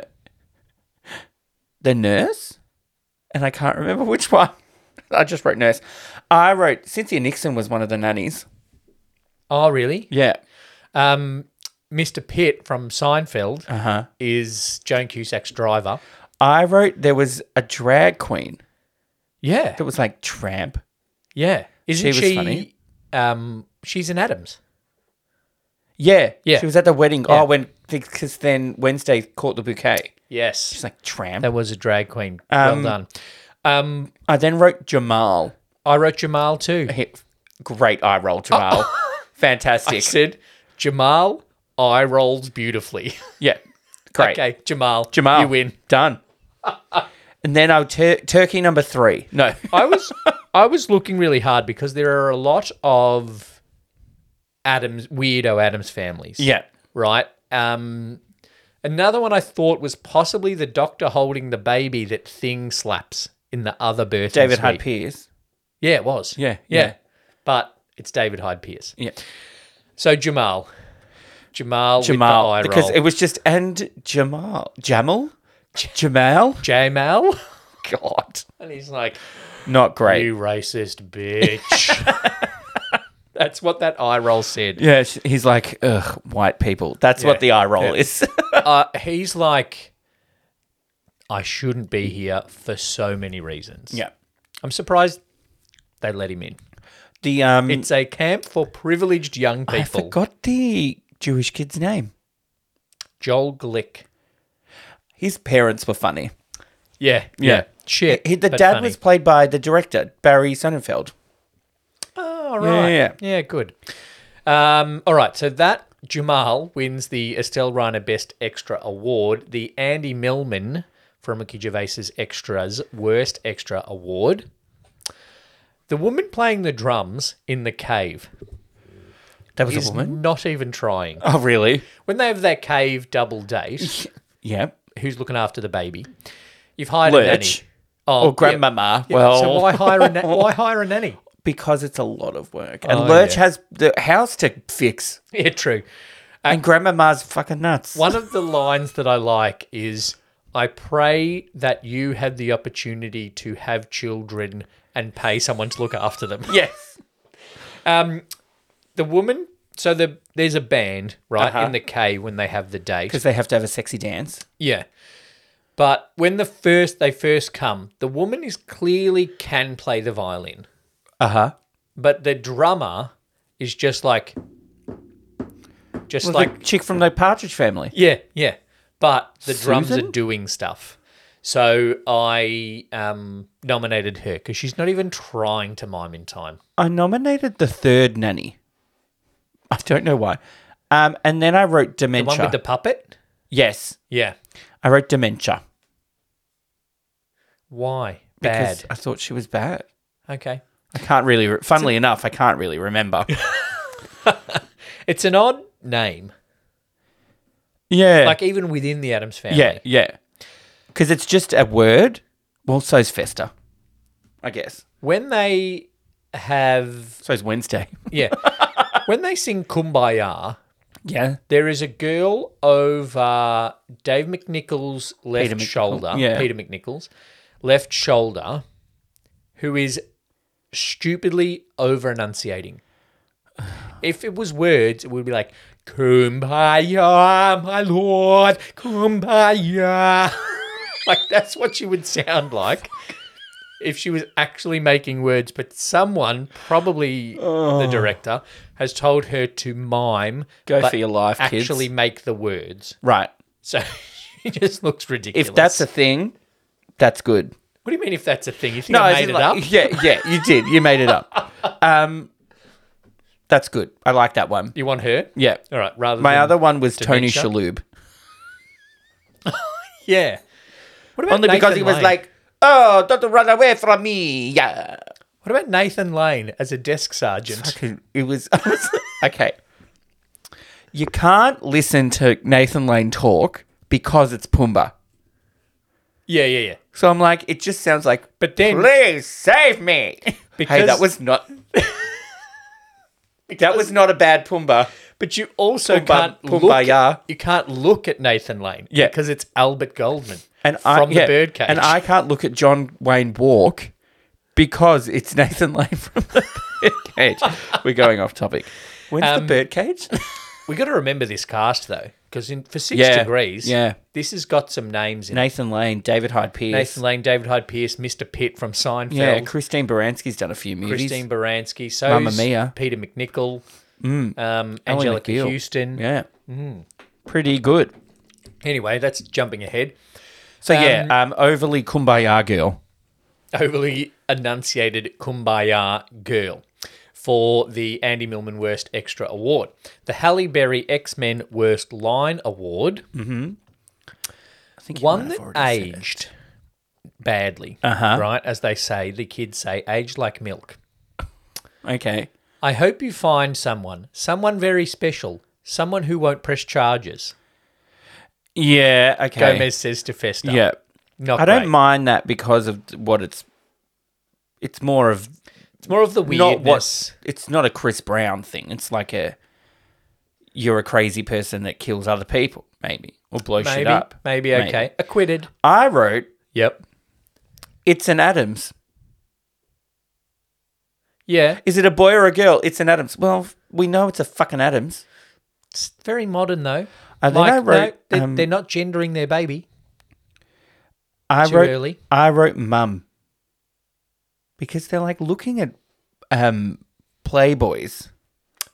A: the nurse, and I can't remember [laughs] which one. I just wrote nurse. I wrote Cynthia Nixon was one of the nannies.
B: Oh, really?
A: Yeah.
B: Um, Mr. Pitt from Seinfeld
A: Uh huh.
B: is Joan Cusack's driver.
A: I wrote there was a drag queen
B: Yeah,
A: that was like tramp.
B: yeah. Isn't
A: She was
B: she?
A: funny.
B: Um, she's in Adams.
A: Yeah,
B: Yeah.
A: She was at the wedding.
B: Yeah.
A: Oh, when because then Wednesday caught the bouquet.
B: Yes,
A: She's like tramp.
B: that was a drag queen.
A: Um,
B: well done. Um,
A: I then wrote Jamal.
B: I wrote Jamal too.
A: He- Great eye
B: Oh.
A: roll, Jamal.
B: [laughs] I
A: Fantastic.
B: said Jamal eye rolls beautifully. [laughs]
A: Yeah, great.
B: okay, Jamal.
A: Jamal,
B: you win. [laughs]
A: Done. and then I tur- turkey number three. No,
B: I was I was looking really hard because there are a lot of Adams weirdo Adams
A: [laughs]
B: families.
A: yeah,
B: right? Um, another one I thought was possibly the doctor holding the baby that thing slaps in the other birth.
A: David Hyde Pierce.
B: Yeah, it was.
A: Yeah,
B: yeah,
A: yeah.
B: But it's David Hyde Pierce.
A: Yeah,
B: So Jamal, Jamal,
A: Jamal.
B: with the eye
A: because
B: roll.
A: it was just and Jamal, Jamal, Jamal.
B: [laughs] Jamal, [laughs]
A: God,
B: and he's like,
A: not great.
B: "You racist bitch."
A: [laughs]
B: That's what that eye roll said.
A: Yeah, sh- he's like, ugh, white people. That's what the eye roll is. [laughs]
B: Uh, he's like, "I shouldn't be here for so many reasons." I'm surprised they let him in.
A: The um,
B: It's a camp for privileged young
A: I
B: people.
A: forgot the Jewish kid's name.
B: Joel Glick.
A: His parents were funny.
B: Yeah,
A: Yeah.
B: Shit.
A: He, the
B: but
A: dad
B: funny.
A: was played by the director Barry Sonnenfeld.
B: Oh,
A: Yeah,
B: right.
A: yeah,
B: Yeah, good. Um, all right. So that Jamal wins the Estelle Reiner Best Extra Award, the Andy Millman from Ricky Gervais's Extras Worst Extra Award. The woman playing the drums in the cave
A: That was
B: is
A: a woman.
B: not even trying.
A: Oh, really?
B: When they have their cave double date,
A: Yeah.
B: who's looking after the baby? You've hired a nanny.
A: Lurch
B: Oh,
A: or grandmama.
B: Yeah,
A: well,
B: so why
A: [laughs]
B: hire a na- why hire a nanny?
A: because it's a lot of work, and
B: Oh,
A: Lurch
B: yeah.
A: has the house to fix,
B: Yeah, true. Uh,
A: and grandmama's fucking nuts.
B: One of the lines that I like is, "I pray that you had the opportunity to have children and pay someone to look after them."
A: Yes.
B: The woman. So the there's a band right
A: Uh-huh.
B: in the cave when they have the date.
A: Because they have to have a sexy dance.
B: Yeah. But when the first they first come, the woman is clearly can play the violin,
A: Uh huh.
B: but the drummer is just like, just
A: Like
B: like
A: the chick from the Partridge Family.
B: Yeah, yeah. But the drums are
A: Susan?
B: doing stuff. So I um, nominated her because she's not even trying to mime in time.
A: I nominated the third nanny. I don't know why. Um, and then I wrote
B: The one
A: dementia.
B: with the puppet?
A: yes,
B: Yeah.
A: I wrote dementia
B: Why?
A: because
B: Bad.
A: I thought she was bad.
B: Okay.
A: I can't really. Re- funnily enough, I can't really
B: [laughs]
A: remember.
B: It's an odd name.
A: yeah,
B: Like even within the Adams family.
A: yeah, yeah. Because it's just a word. Well, so's Festa, I guess.
B: When they have
A: So's
B: [laughs]
A: Wednesday.
B: yeah. when they sing Kumbaya,
A: Yeah,
B: there is a girl over Dave McNichol's left
A: Peter McNichol,
B: shoulder,
A: yeah.
B: Peter McNichol's left shoulder, who is stupidly over enunciating. If it was words, it would be like, Kumbaya, my lord, [laughs] Kumbaya. like, that's what she would sound like. if she was actually making words, but someone, probably the director, has told her to mime.
A: Oh. Go
B: but
A: for your life, kids.
B: Actually, make the words. [laughs]
A: Right.
B: So she just looks ridiculous.
A: If that's a thing, that's good.
B: what do you mean? If that's a thing, you think
A: No,
B: I
A: as
B: made
A: in
B: it
A: like- [laughs]
B: up?
A: Yeah, yeah, you did. You made it
B: [laughs]
A: up. um, that's good. I like that one.
B: You want her?
A: Yeah.
B: All right. Rather
A: My
B: than-
A: other one was
B: Dementia?
A: Tony Shalhoub,
B: [laughs] yeah. What about
A: only because he
B: Nathan
A: was
B: Lane?
A: like, "Oh, don't run away from me!" Yeah.
B: What about Nathan Lane as a desk sergeant?
A: Fucking- It was [laughs] okay. You can't listen to Nathan Lane talk because it's Pumbaa.
B: Yeah, yeah, yeah.
A: So I'm like, it just sounds like.
B: But then-
A: please save
B: [laughs]
A: me. hey,
B: Because-
A: that was
B: [laughs]
A: not. that was not a bad Pumbaa.
B: But you also
A: Pumbaa-
B: can't look.
A: Pumbaya.
B: you can't look at Nathan Lane.
A: Yeah.
B: because it's Albert Goldman.
A: And I,
B: from
A: yeah,
B: the Birdcage.
A: And I can't look at John Wayne Walk because it's Nathan Lane from the Birdcage. We're going off topic. When's
B: Um,
A: the Birdcage?
B: we got to remember this cast though, because in for six
A: Yeah,
B: degrees,
A: yeah.
B: this has got some names in it.
A: Nathan Lane, David Hyde Pierce.
B: Nathan Lane, David Hyde Pierce, Mr. Pitt from Seinfeld,
A: yeah, Christine Baranski's done a few movies.
B: Christine Baranski, so
A: Mamma Mia.
B: Peter McNichol, um, Angelica
A: McBeal.
B: Houston.
A: Yeah.
B: Mm.
A: Pretty good.
B: Anyway, that's jumping ahead.
A: So yeah, um, overly kumbaya girl.
B: overly enunciated kumbaya girl for the Andy Millman Worst Extra Award, the Halle Berry X Men Worst Line Award,
A: I think you might have
B: one that
A: Mm, already said it.
B: aged badly,
A: Uh-huh.
B: right? As they say, the kids say, aged like milk.
A: Okay.
B: I hope you find someone, someone very special, someone who won't press charges.
A: Yeah. Okay.
B: Gomez says to Festa.
A: Yeah.
B: Not
A: I don't
B: great.
A: mind that because of what it's. It's more of
B: It's more of the weirdness.
A: not what. It's not a Chris Brown thing. It's like a. You're a crazy person that kills other people, maybe, or blows shit
B: maybe,
A: up.
B: maybe okay. Acquitted.
A: I wrote
B: Yep.
A: it's an Adams.
B: Yeah.
A: Is it a boy or a girl? It's an Adams. Well, we know it's a fucking Adams.
B: It's very modern though.
A: And Uh, then I wrote,
B: they're,
A: um,
B: they're not gendering their baby.
A: I
B: Too
A: wrote
B: early.
A: I wrote mum because they're like looking at um playboys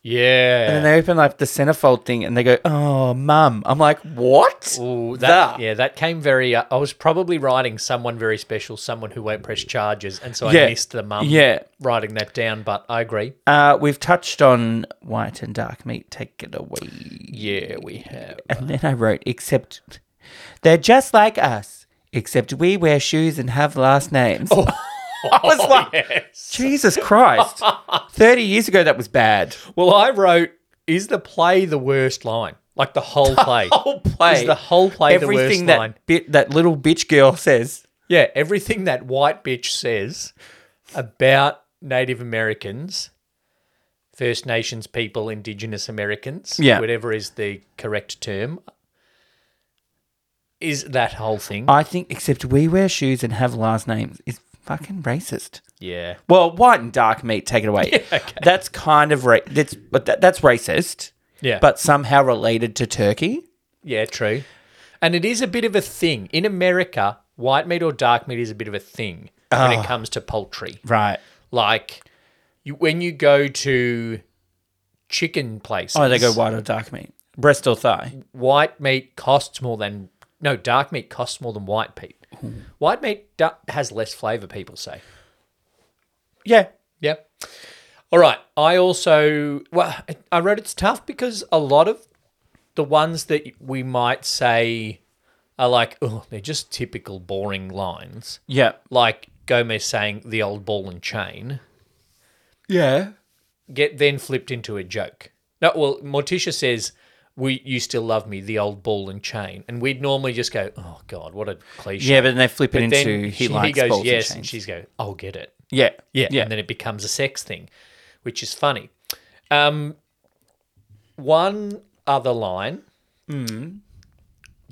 A: and then
B: Yeah.
A: they open like the centerfold thing and they go oh mum I'm like what
B: Ooh, that,
A: That.
B: yeah, that came very. Uh, I was probably writing someone very special, someone who won't press charges, and so I
A: Yeah.
B: missed the mum
A: yeah
B: writing that down. But I agree.
A: uh, we've touched on white and dark meat take it away
B: Yeah, we have.
A: and then I wrote except they're just like us except we wear shoes and have last names [laughs] I was like
B: Oh, yes.
A: Jesus
B: [laughs]
A: Christ 30 years ago that was bad
B: Well, I wrote. Is the play the worst line? Like the whole play.
A: whole play
B: Is the whole play the worst
A: everything that
B: line?
A: bit that little bitch girl says
B: Yeah, everything that white bitch says about Native Americans, First Nations people, Indigenous Americans,
A: Yeah.
B: whatever is the correct term, is that whole thing.
A: I think except we wear shoes and have last names is fucking racist.
B: yeah.
A: Well, white and dark meat, take it
B: [laughs]
A: away. That's kind of ra- that's but that, that's racist,
B: Yeah.
A: but somehow related to Turkey.
B: yeah, true. And it is a bit of a thing. In America, white meat or dark meat is a bit of a thing when
A: Ah.
B: it comes to poultry.
A: Right.
B: Like you, when you go to chicken places.
A: Oh, they go white or dark meat, breast or thigh.
B: white meat costs more than no dark meat costs more than white meat. White meat da- has less flavor. People say,
A: Yeah.
B: yeah. All right. I also well, I wrote it's tough because a lot of the ones that we might say are like, oh, they're just typical boring lines,
A: Yeah.
B: like Gomez saying the old ball and chain
A: Yeah.
B: get then flipped into a joke. No, well, Morticia says, "We, you still love me, the old ball and chain," and we'd normally just go, "Oh God, what a cliche."
A: Yeah, but then they flip it
B: then
A: into he
B: she-
A: likes
B: goes
A: balls
B: yes,
A: and chains.
B: she's go, "I'll get it."
A: yeah.
B: Yeah,
A: Yeah.
B: and then it becomes a sex thing, which is funny. Um, one other line.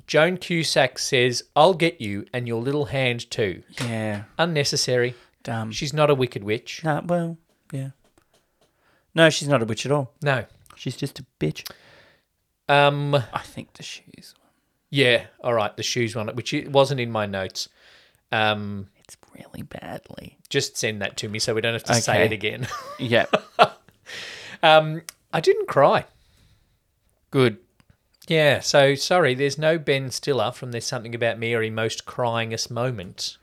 B: Joan Cusack says, "I'll get you and your little hand too."
A: yeah.
B: Unnecessary.
A: Dumb.
B: She's not a wicked witch.
A: Nah, well. Yeah. No, she's not a witch at all.
B: No.
A: She's just a bitch.
B: Um.
A: I think the shoes.
B: Yeah, all right, the shoes one, which it wasn't in my notes. Um,
A: it's really badly.
B: Just send that to me so we don't have to say
A: Okay.
B: it again. [laughs]
A: Yeah.
B: um, I didn't cry.
A: Good.
B: Yeah, so sorry, there's no Ben Stiller from There's Something About Mary most cryingest moment.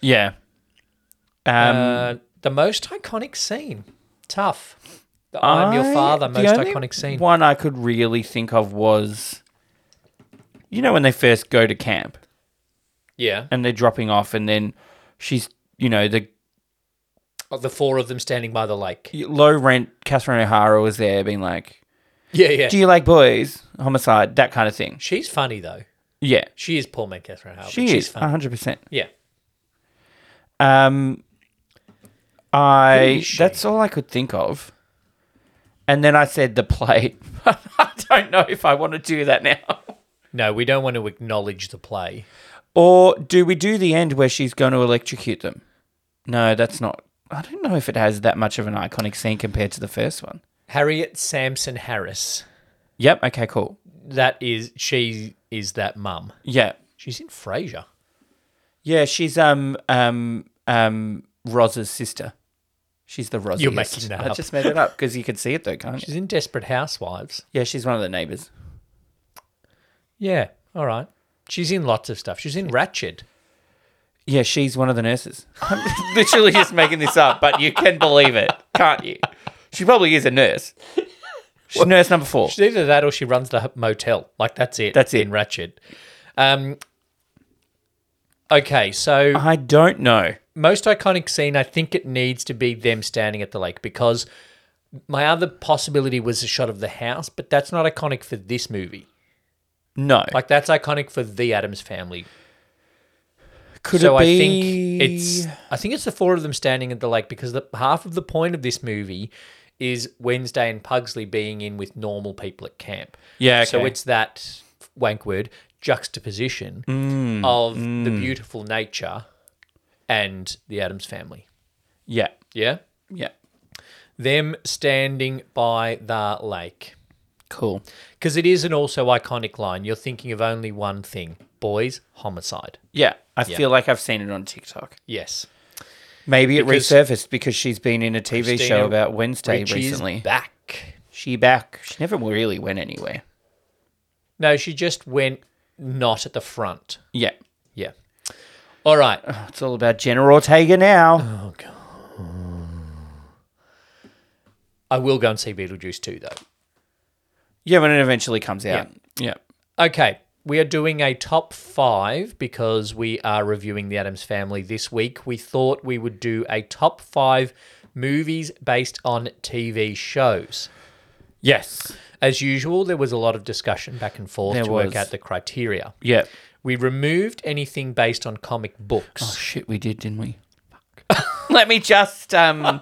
A: Yeah. Um,
B: uh, the most iconic scene. Tough. The I'm your
A: I-
B: father,
A: the
B: most
A: only
B: iconic scene.
A: One I could really think of was, you know, when they first go to camp
B: Yeah.
A: and they're dropping off, and then she's, you know, the
B: Of the four of them standing by the lake.
A: low rent Catherine O'Hara was there, being like,
B: Yeah, yeah.
A: "Do you like boys? Homicide, that kind of thing."
B: She's funny, though.
A: Yeah,
B: She is poor man, Catherine Howard.
A: she
B: She's
A: is Uh-huh.
B: funny.
A: hundred percent.
B: Yeah.
A: Um,
B: Who
A: I
B: is she?
A: that's all I could think of, and then I said the plate. [laughs] I don't know if I want to do that now.
B: No, we don't want to acknowledge the play.
A: Or do we do the end where she's going to electrocute them? No, that's not. I don't know if it has that much of an iconic scene compared to the first one.
B: Harriet Sampson Harris.
A: Yep. Okay. Cool.
B: That is, she is that mum.
A: Yeah.
B: She's in Frasier.
A: Yeah. She's um um um Roz's sister. She's the Roz.
B: making that
A: I
B: up.
A: just made it up because you can see it though, can't you?
B: She's in Desperate Housewives.
A: Yeah, she's one of the neighbors.
B: Yeah, all right. She's in lots of stuff. She's in Ratchet.
A: Yeah, she's one of the nurses. I'm [laughs] literally just making this up, but you can believe it, can't you? She probably is a nurse. She's nurse number four.
B: She's either that or she runs the h- motel. Like that's it.
A: That's
B: in
A: it.
B: Ratchet. Um. Okay, so
A: I don't know.
B: most iconic scene, I think it needs to be them standing at the lake because my other possibility was a shot of the house, but that's not iconic for this movie.
A: No.
B: Like that's iconic for the Adams family.
A: Could
B: so
A: it be?
B: I think it's I think it's the four of them standing at the lake because the half of the point of this movie is Wednesday and Pugsley being in with normal people at camp.
A: Yeah,
B: So
A: okay.
B: it's that wank word juxtaposition
A: Mm,
B: of the beautiful nature and the Adams family.
A: yeah,
B: Yeah?
A: yeah,
B: Them standing by the lake.
A: cool.
B: Because it is an also iconic line. You're thinking of only one thing boys, homicide.
A: Yeah, I feel like I've seen it on TikTok.
B: Yes.
A: Maybe it
B: Because-
A: resurfaced because she's been in a TV
B: Christina
A: show about Wednesday
B: Richie's
A: recently.
B: back.
A: she back. She never really went anywhere.
B: No, she just went not at the front.
A: Yeah,
B: Yeah. All right.
A: it's all about Jenna Ortega now.
B: Oh god. I will go and see Beetlejuice too, though.
A: Yeah, when it eventually comes out. Yeah,
B: Okay. We are doing a top five because we are reviewing the Adams Family this week. We thought we would do a top five movies based on TV shows.
A: yes,
B: As usual, there was a lot of discussion back and forth
A: There
B: to work
A: was.
B: out the criteria.
A: yeah.
B: We removed anything based on comic books.
A: Oh shit, we did, didn't we? [laughs] let me just um,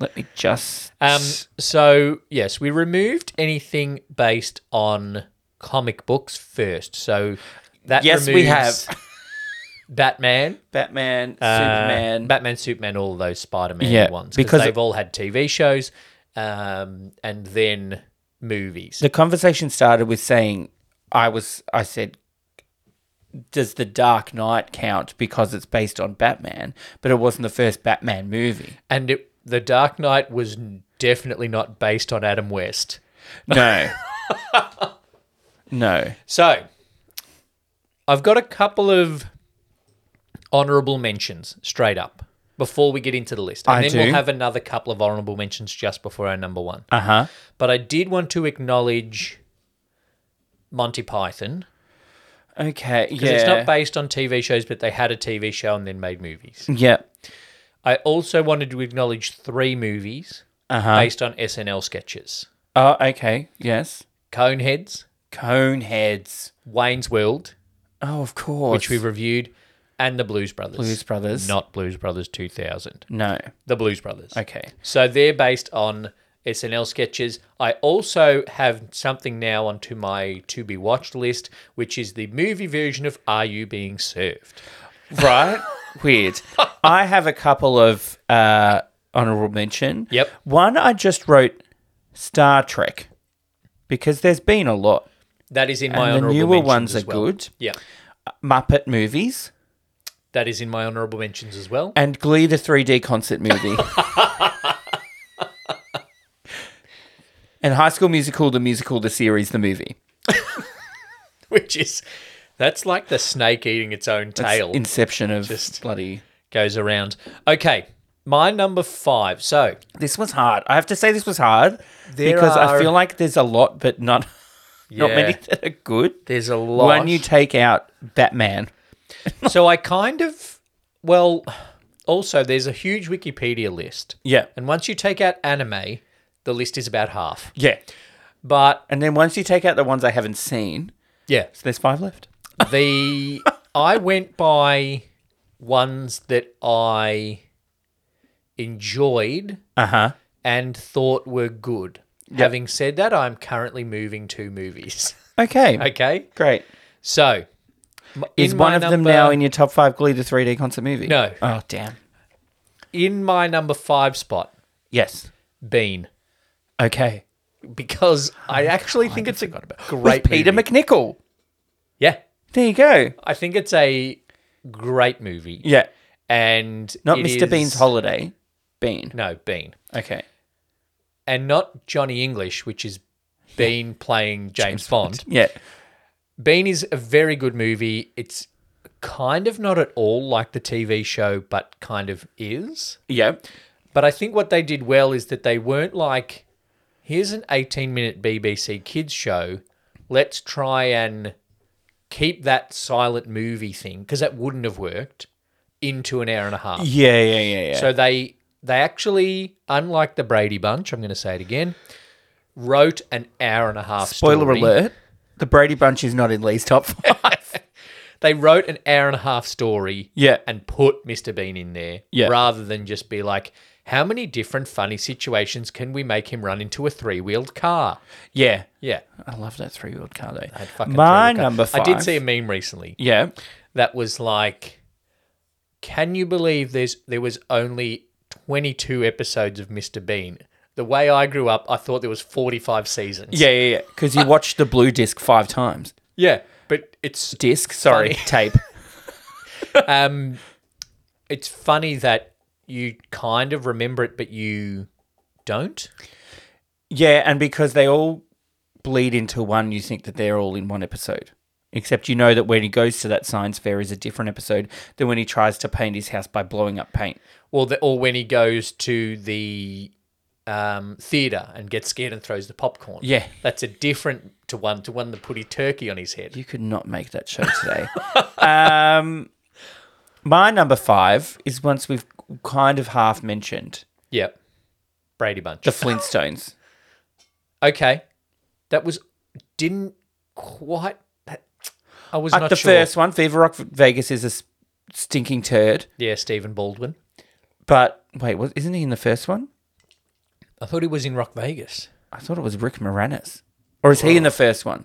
A: let me just
B: Um, so yes, we removed anything based on comic books first. So that
A: Yes, we
B: removes
A: have.
B: [laughs] Batman,
A: Batman,
B: uh,
A: Superman.
B: Batman, Superman, all those Spider-Man
A: Yeah,
B: ones because
A: because-
B: they've all had TV shows, um, and then movies.
A: the conversation started with saying i was i said does the dark knight count because it's based on batman but it wasn't the first batman [laughs] movie
B: And it, the Dark Knight was definitely not based on Adam West.
A: no no
B: So I've got a couple of honorable mentions straight up before we get into the list. And
A: I
B: then
A: do.
B: we'll have another couple of honorable mentions just before our number one.
A: uh-huh
B: But I did want to acknowledge Monty Python.
A: okay yeah
B: Because it's not based on TV shows, but they had a TV show and then made movies.
A: yeah
B: I also wanted to acknowledge three movies
A: uh-huh
B: based on SNL sketches.
A: oh okay yes
B: Coneheads,
A: coneheads
B: Wayne's World,
A: oh of course
B: which we reviewed, and the Blues Brothers.
A: blues brothers
B: Not Blues Brothers 2000.
A: no
B: The Blues Brothers.
A: okay
B: So they're based on SNL sketches. I also have something now onto my to be watched list, which is the movie version of Are You Being Served?
A: right? Weird. I have a couple of uh, honorable mention.
B: Yep.
A: One I just wrote Star Trek because there's been a lot,
B: That is in my
A: and the
B: honorable
A: newer
B: mentions
A: ones
B: as
A: are
B: well.
A: good.
B: Yeah.
A: Muppet movies.
B: That is in my honorable mentions as well. [laughs]
A: and Glee the 3D concert movie. and High School Musical the musical the series the movie.
B: Which is that's like the snake eating its own
A: It's
B: tail.
A: Inception of
B: Just-
A: bloody.
B: goes around. Okay, my number five. So
A: This was hard. I have to say this was hard
B: There
A: because
B: are-
A: I feel like there's a lot but not [laughs] not
B: yeah,
A: many that are good.
B: There's a lot.
A: When you take out Batman.
B: so I kind of well. Also, there's a huge Wikipedia list,
A: Yeah.
B: and once you take out anime, the list is about half.
A: Yeah.
B: But
A: And then once you take out the ones I haven't seen,
B: yeah,
A: so there's five left.
B: the I went by ones that I enjoyed
A: Uh-huh.
B: and thought were good. Having said that, I'm currently moving two movies. [laughs]
A: Okay.
B: Okay,
A: Great.
B: so m-
A: Is
B: in
A: one
B: my
A: of them
B: number-
A: now in your top five Glee the 3D concert movie?
B: No.
A: Oh, damn.
B: in my number five spot,
A: Yes.
B: Bean,
A: Okay. Oh
B: because I actually think it's a great
A: With Peter
B: movie.
A: McNichol.
B: yeah,
A: There you go.
B: I think it's a great movie.
A: Yeah.
B: and
A: Not
B: it
A: Mr. Bean's
B: is-
A: holiday. Bean.
B: No, Bean,
A: Okay.
B: and not Johnny English, which is Bean playing James Bond.
A: Yeah.
B: Bean is a very good movie. It's kind of not at all like the TV show, but kind of is.
A: Yeah.
B: But I think what they did well is that they weren't like, here's an 18 minute BBC kids show. Let's try and keep that silent movie thing because that wouldn't have worked into an hour and a half.
A: Yeah. Yeah. Yeah. Yeah.
B: So they they actually, unlike the Brady Bunch, I'm going to say it again, wrote an hour and a half.
A: Spoiler
B: story.
A: alert. The Brady Bunch is not in Lee's [laughs] top five.
B: [laughs] They wrote an hour and a half story.
A: yeah.
B: and put Mr. Bean in there
A: Yeah.
B: rather than just be like, how many different funny situations can we make him run into a three wheeled car?
A: Yeah.
B: Yeah.
A: I love that three year old car though.
B: I'd fucking
A: My
B: three-wheeled car.
A: number five.
B: I did see a meme recently
A: Yeah.
B: that was like, can you believe there's there was only 22 episodes of Mr. Bean? The way I grew up, I thought there was 45 seasons.
A: Yeah. Yeah. Yeah. Because [laughs] you watched the blue disc five times.
B: Yeah. But it's
A: Disc. Sorry. [laughs] Tape.
B: um, it's funny that you kind of remember it, but you don't.
A: Yeah, and because they all bleed into one, you think that they're all in one episode. Except you know that when he goes to that science fair is a different episode than when he tries to paint his house by blowing up paint.
B: Well, the, or when he goes to the um, theater and gets scared and throws the popcorn.
A: Yeah.
B: that's a different to one to one that put a turkey on his head.
A: You could not make that show today. [laughs] um, my number five is once we've kind of half mentioned
B: Yep, Brady Bunch.
A: the Flintstones.
B: okay, that was didn't quite. That, I was
A: like
B: [laughs] not
A: the
B: sure.
A: first one, Fever Rock Vegas is a s- stinking turd.
B: Yeah, Stephen Baldwin.
A: But wait, was isn't he in the first one?
B: I thought he was in Rock Vegas.
A: I thought it was Rick Moranis. Or is he
B: Oh.
A: in the first one?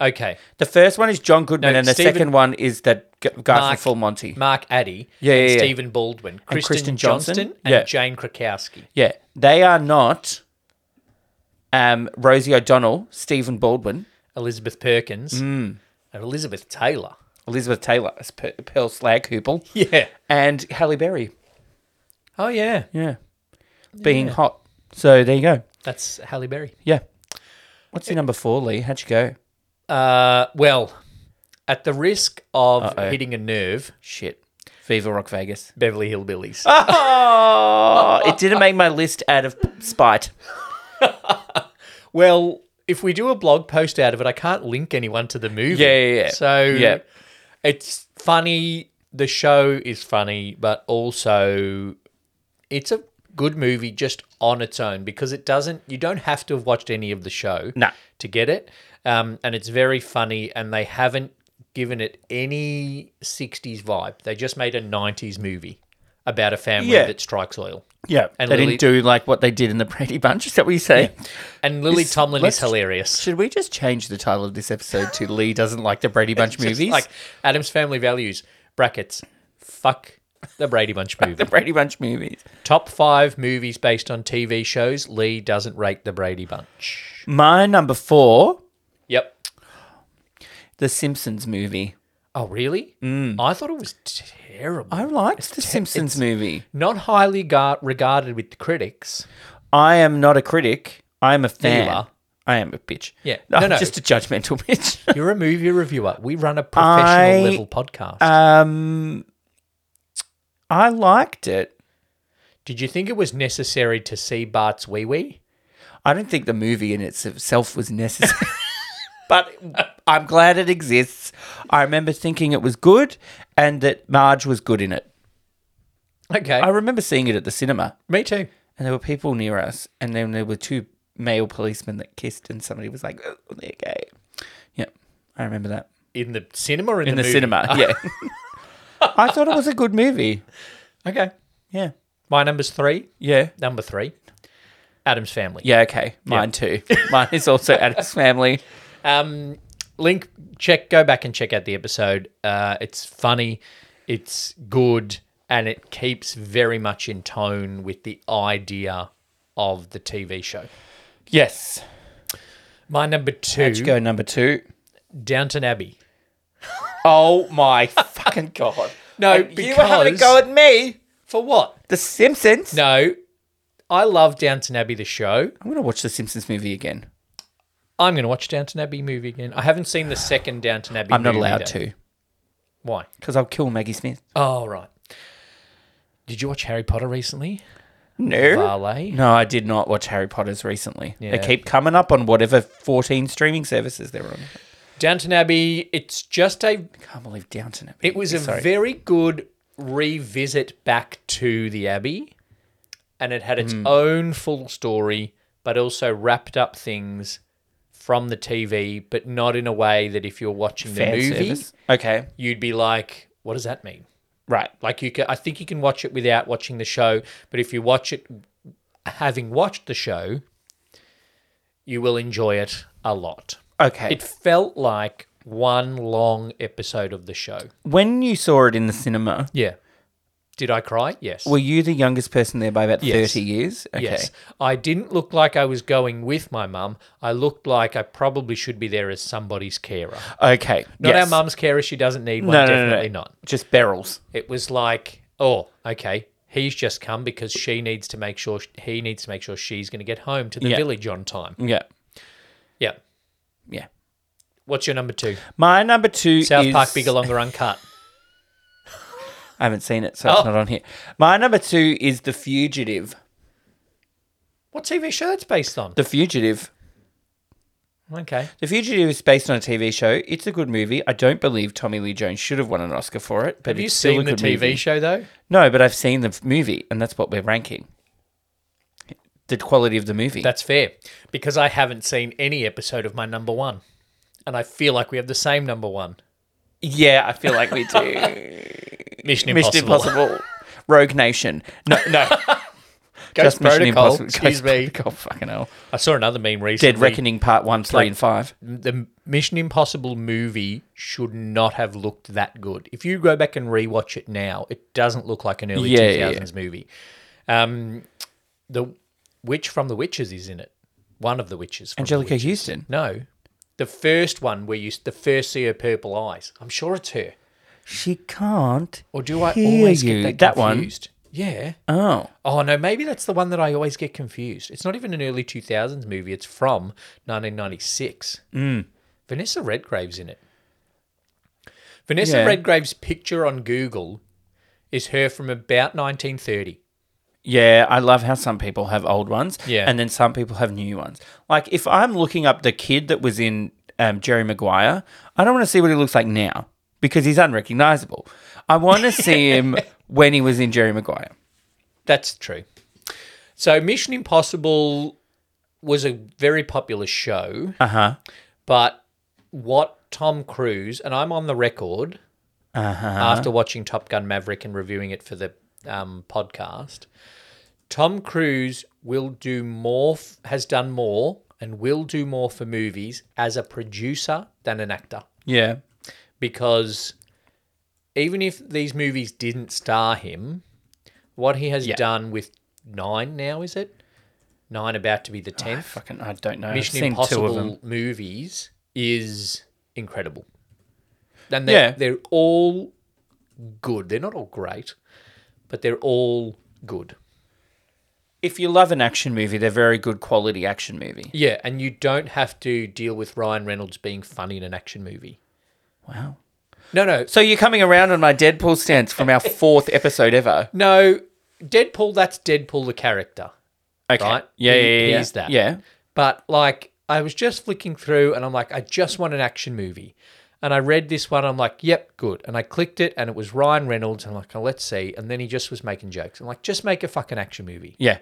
B: Okay,
A: The first one is John Goodman,
B: No,
A: and the
B: Stephen-
A: second one is that g- guy
B: Mark-
A: from Full Monty.
B: Mark Addy.
A: Yeah,
B: and
A: yeah, yeah.
B: Stephen Baldwin, Kristen,
A: Kristen Johnson?
B: Johnston, and
A: Yeah.
B: Jane Krakowski.
A: Yeah, they are not um, Rosie O'Donnell, Stephen Baldwin,
B: Elizabeth Perkins,
A: Hmm.
B: and Elizabeth Taylor.
A: Elizabeth Taylor, as Pe- Pearl Slaghoople,
B: Yeah.
A: and Halle Berry.
B: Oh yeah,
A: Yeah, being hot. So there you go.
B: that's Halle Berry.
A: Yeah. What's your number four, Lee? How'd you go?
B: Uh, well, at the risk of
A: Uh-oh.
B: hitting a nerve,
A: Shit. Viva Rock Vegas.
B: Beverly Hillbillies.
A: Oh, it didn't make my list out of spite.
B: Well, if we do a blog post out of it, I can't link anyone to the movie.
A: Yeah, yeah, yeah.
B: So
A: Yeah.
B: it's funny. The show is funny, but also it's a good movie just on its own because it doesn't. You don't have to have watched any of the show
A: No.
B: to get it, um, and it's very funny. And they haven't given it any '60s vibe. They just made a '90s movie about a family
A: Yeah.
B: that strikes oil.
A: Yeah,
B: And
A: they
B: Lily-
A: didn't do like what they did in the Brady Bunch. Is that what you say?
B: And Lily
A: Is-
B: Tomlin
A: let's-
B: is hilarious.
A: Should we just change the title of this episode to Lee doesn't like the Brady [laughs] Bunch
B: It's just
A: movies?
B: Like Adam's Family Values, brackets, fuck the Brady Bunch
A: [laughs]
B: movie.
A: the Brady Bunch movies.
B: Top five movies based on TV shows. Lee doesn't rate the Brady Bunch.
A: My number four,
B: Yep.
A: the Simpsons movie.
B: Oh, really?
A: Mm.
B: I thought it was terrible.
A: I liked the Simpsons movie.
B: Not highly gar- regarded with the critics.
A: I am not a critic. I am a
B: you
A: fan.
B: are.
A: I am a bitch.
B: Yeah.
A: [laughs] No,
B: No, no.
A: Just a judgmental [laughs]
B: [laughs]
A: bitch.
B: You're a movie reviewer. We run a professional level podcast.
A: um, I liked it.
B: Did you think it was necessary to see Bart's wee wee?
A: I don't think the movie in itself was
B: [laughs]
A: necessary. But I'm glad it exists. I remember thinking it was good and that Marge was good in it.
B: Okay.
A: I remember seeing it at the cinema
B: Me too.
A: and there were people near us and then there were two male policemen that kissed and somebody was like, oh, they're gay. Yeah, I remember that.
B: In the cinema or in,
A: In the [laughs]
B: movie?
A: cinema, yeah. I thought it was a good movie.
B: Okay.
A: Yeah.
B: My number's three.
A: Yeah.
B: Number three. Adam's family.
A: Yeah, okay. Mine too. Mine is also Adam's family.
B: Um, link, check, go back and check out the episode. Uh, it's funny, it's good, and it keeps very much in tone with the idea of the TV show.
A: Yes.
B: My number two,
A: Let's go number two.
B: Downton Abbey.
A: Oh my fucking god.
B: No,
A: And you were having a
B: because-
A: go at me.
B: For what?
A: The Simpsons.
B: No, I love Downton Abbey, the show.
A: I'm gonna watch the Simpsons movie again.
B: I'm going to watch Downton Abbey movie again. I haven't seen the second Downton Abbey.
A: I'm not
B: movie,
A: allowed
B: though.
A: to
B: Why?
A: because I'll kill Maggie Smith.
B: Oh right. Did you watch Harry Potter recently?
A: No.
B: Valet.
A: No, I did not watch Harry Potter's recently.
B: Yeah.
A: They keep coming up on whatever 14 streaming services they're on.
B: Downton Abbey. It's just a.
A: Can't believe Downton Abbey.
B: It was a
A: Sorry.
B: very good revisit back to the Abbey, and it had its
A: Hmm.
B: own full story, but also wrapped up things from the TV, but not in a way that if you're watching the
A: fan
B: movie,
A: service. Okay,
B: you'd be like, "What does that mean?"
A: right.
B: Like you can, I think you can watch it without watching the show, but if you watch it having watched the show, you will enjoy it a lot.
A: Okay.
B: It felt like one long episode of the show.
A: when you saw it in the cinema,
B: Yeah. Did I cry? Yes.
A: were you the youngest person there by about
B: Yes.
A: 30 years? Okay.
B: Yes. I didn't look like I was going with my mum. I looked like I probably should be there as somebody's carer.
A: Okay.
B: Not
A: yes.
B: our mum's carer. She doesn't need one.
A: No, no, no,
B: definitely
A: no.
B: not.
A: Just barrels.
B: It was like, oh, okay, he's just come because she needs to make sure he needs to make sure she's going to get home to the
A: Yeah.
B: village on time.
A: Yeah.
B: Yeah.
A: Yeah.
B: What's your number two?
A: My number two
B: South
A: is...
B: Park Bigger Longer Uncut.
A: I haven't seen it, so it's
B: Oh.
A: not on here. My number two is The Fugitive.
B: What TV show that's based on?
A: The Fugitive.
B: Okay.
A: The Fugitive is based on a TV show. It's a good movie. I don't believe Tommy Lee Jones should have won an Oscar for it, but
B: Have you
A: it's still
B: seen
A: a
B: the
A: good
B: TV
A: movie.
B: show though?
A: No, but I've seen the f- movie, and that's what we're ranking. The quality of the movie.
B: That's fair because I haven't seen any episode of my number one, and I feel like we have the same number one.
A: yeah, I feel like we
B: [laughs]
A: do.
B: Mission Impossible.
A: Mission Impossible. Rogue Nation. No, no.
B: [laughs] Ghost
A: Just Mission
B: Protocol.
A: Impossible.
B: Excuse
A: Ghost
B: me.
A: Protocol, fucking hell.
B: I saw another meme recently.
A: Dead Reckoning Part 1, 3,
B: like-
A: and 5.
B: the Mission Impossible movie should not have looked that good. If you go back and rewatch it now, it doesn't look like an early
A: Yeah,
B: two
A: yeah, yeah.
B: thousands movie. Um, the witch from the witches is in it. One of the witches. From
A: Angelica
B: The Witches.
A: Houston.
B: No, the first one where you the first see her purple eyes. I'm sure it's her.
A: She can't.
B: Or do I
A: hear
B: always
A: you.
B: get that
A: That one?
B: confused? Yeah.
A: Oh.
B: Oh no, maybe that's the one that I always get confused. It's not even an early two thousands movie. It's from 1996.
A: Mm.
B: Vanessa Redgrave's in it. Vanessa
A: Yeah.
B: Redgrave's picture on Google is her from about 1930.
A: Yeah, I love how some people have old ones.
B: Yeah.
A: And then some people have new ones. Like if I'm looking up the kid that was in um, Jerry Maguire, I don't want to see what he looks like now because he's unrecognizable. I
B: [laughs]
A: want to see him when he was in Jerry Maguire.
B: That's true. So Mission Impossible was a very popular show,
A: Uh huh.
B: but what Tom Cruise and I'm on the record after watching Top Gun Maverick and reviewing it for the um, podcast, Tom Cruise will do more, f- has done more, and will do more for movies as a producer than an actor.
A: Yeah.
B: Because even if these movies didn't star him, what he has done with nine now, is it? Nine about to be the 10th
A: Fucking, I don't know. I've
B: Mission
A: seen two of them.
B: Impossible movies is incredible. and they're,
A: Yeah.
B: they're all good. They're not all great, but they're all good.
A: If you love an action movie, they're very good quality action movie.
B: Yeah, and you don't have to deal with Ryan Reynolds being funny in an action movie.
A: Wow.
B: No, no,
A: So you're coming around on my Deadpool stance
B: [laughs]
A: from our fourth episode ever.
B: no. Deadpool. That's Deadpool the character.
A: Okay.
B: Right?
A: Yeah,
B: He-
A: yeah, yeah.
B: he's that.
A: Yeah.
B: But like, I was just flicking through and I'm like, I just want an action movie. And I read this one. I'm like, yep, good. And I clicked it and it was Ryan Reynolds. And I'm like, oh, let's see. And then he just was making jokes. I'm like, just make a fucking action movie.
A: Yeah.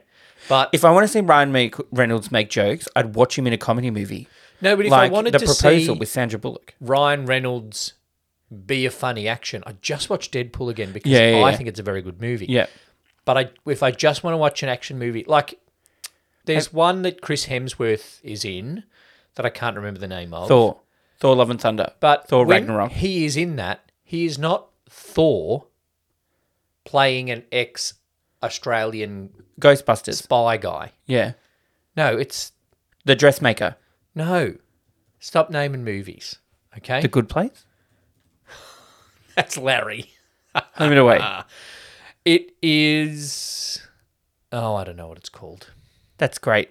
B: But
A: If I want to see Ryan make, Reynolds make jokes, I'd watch him in a comedy movie.
B: no, but if
A: like
B: I wanted
A: The
B: to
A: Proposal
B: see
A: with Sandra Bullock.
B: Ryan Reynolds be a funny action, I just watched Deadpool again because
A: Yeah, yeah,
B: I
A: yeah.
B: think it's a very good movie.
A: Yeah.
B: But I, if I just want to watch an action movie, like there's one that Chris Hemsworth is in that I can't remember the name of.
A: Thor. Thor Love and Thunder.
B: But
A: Thor
B: when
A: Ragnarok.
B: He is in that. He is not Thor playing an ex Australian
A: Ghostbusters.
B: spy guy.
A: Yeah.
B: No, it's
A: The Dressmaker.
B: no. Stop naming movies. Okay?
A: The Good Place.
B: [laughs] That's Larry.
A: Home and Away.
B: Ah. It is Oh, I don't know what it's called.
A: That's great.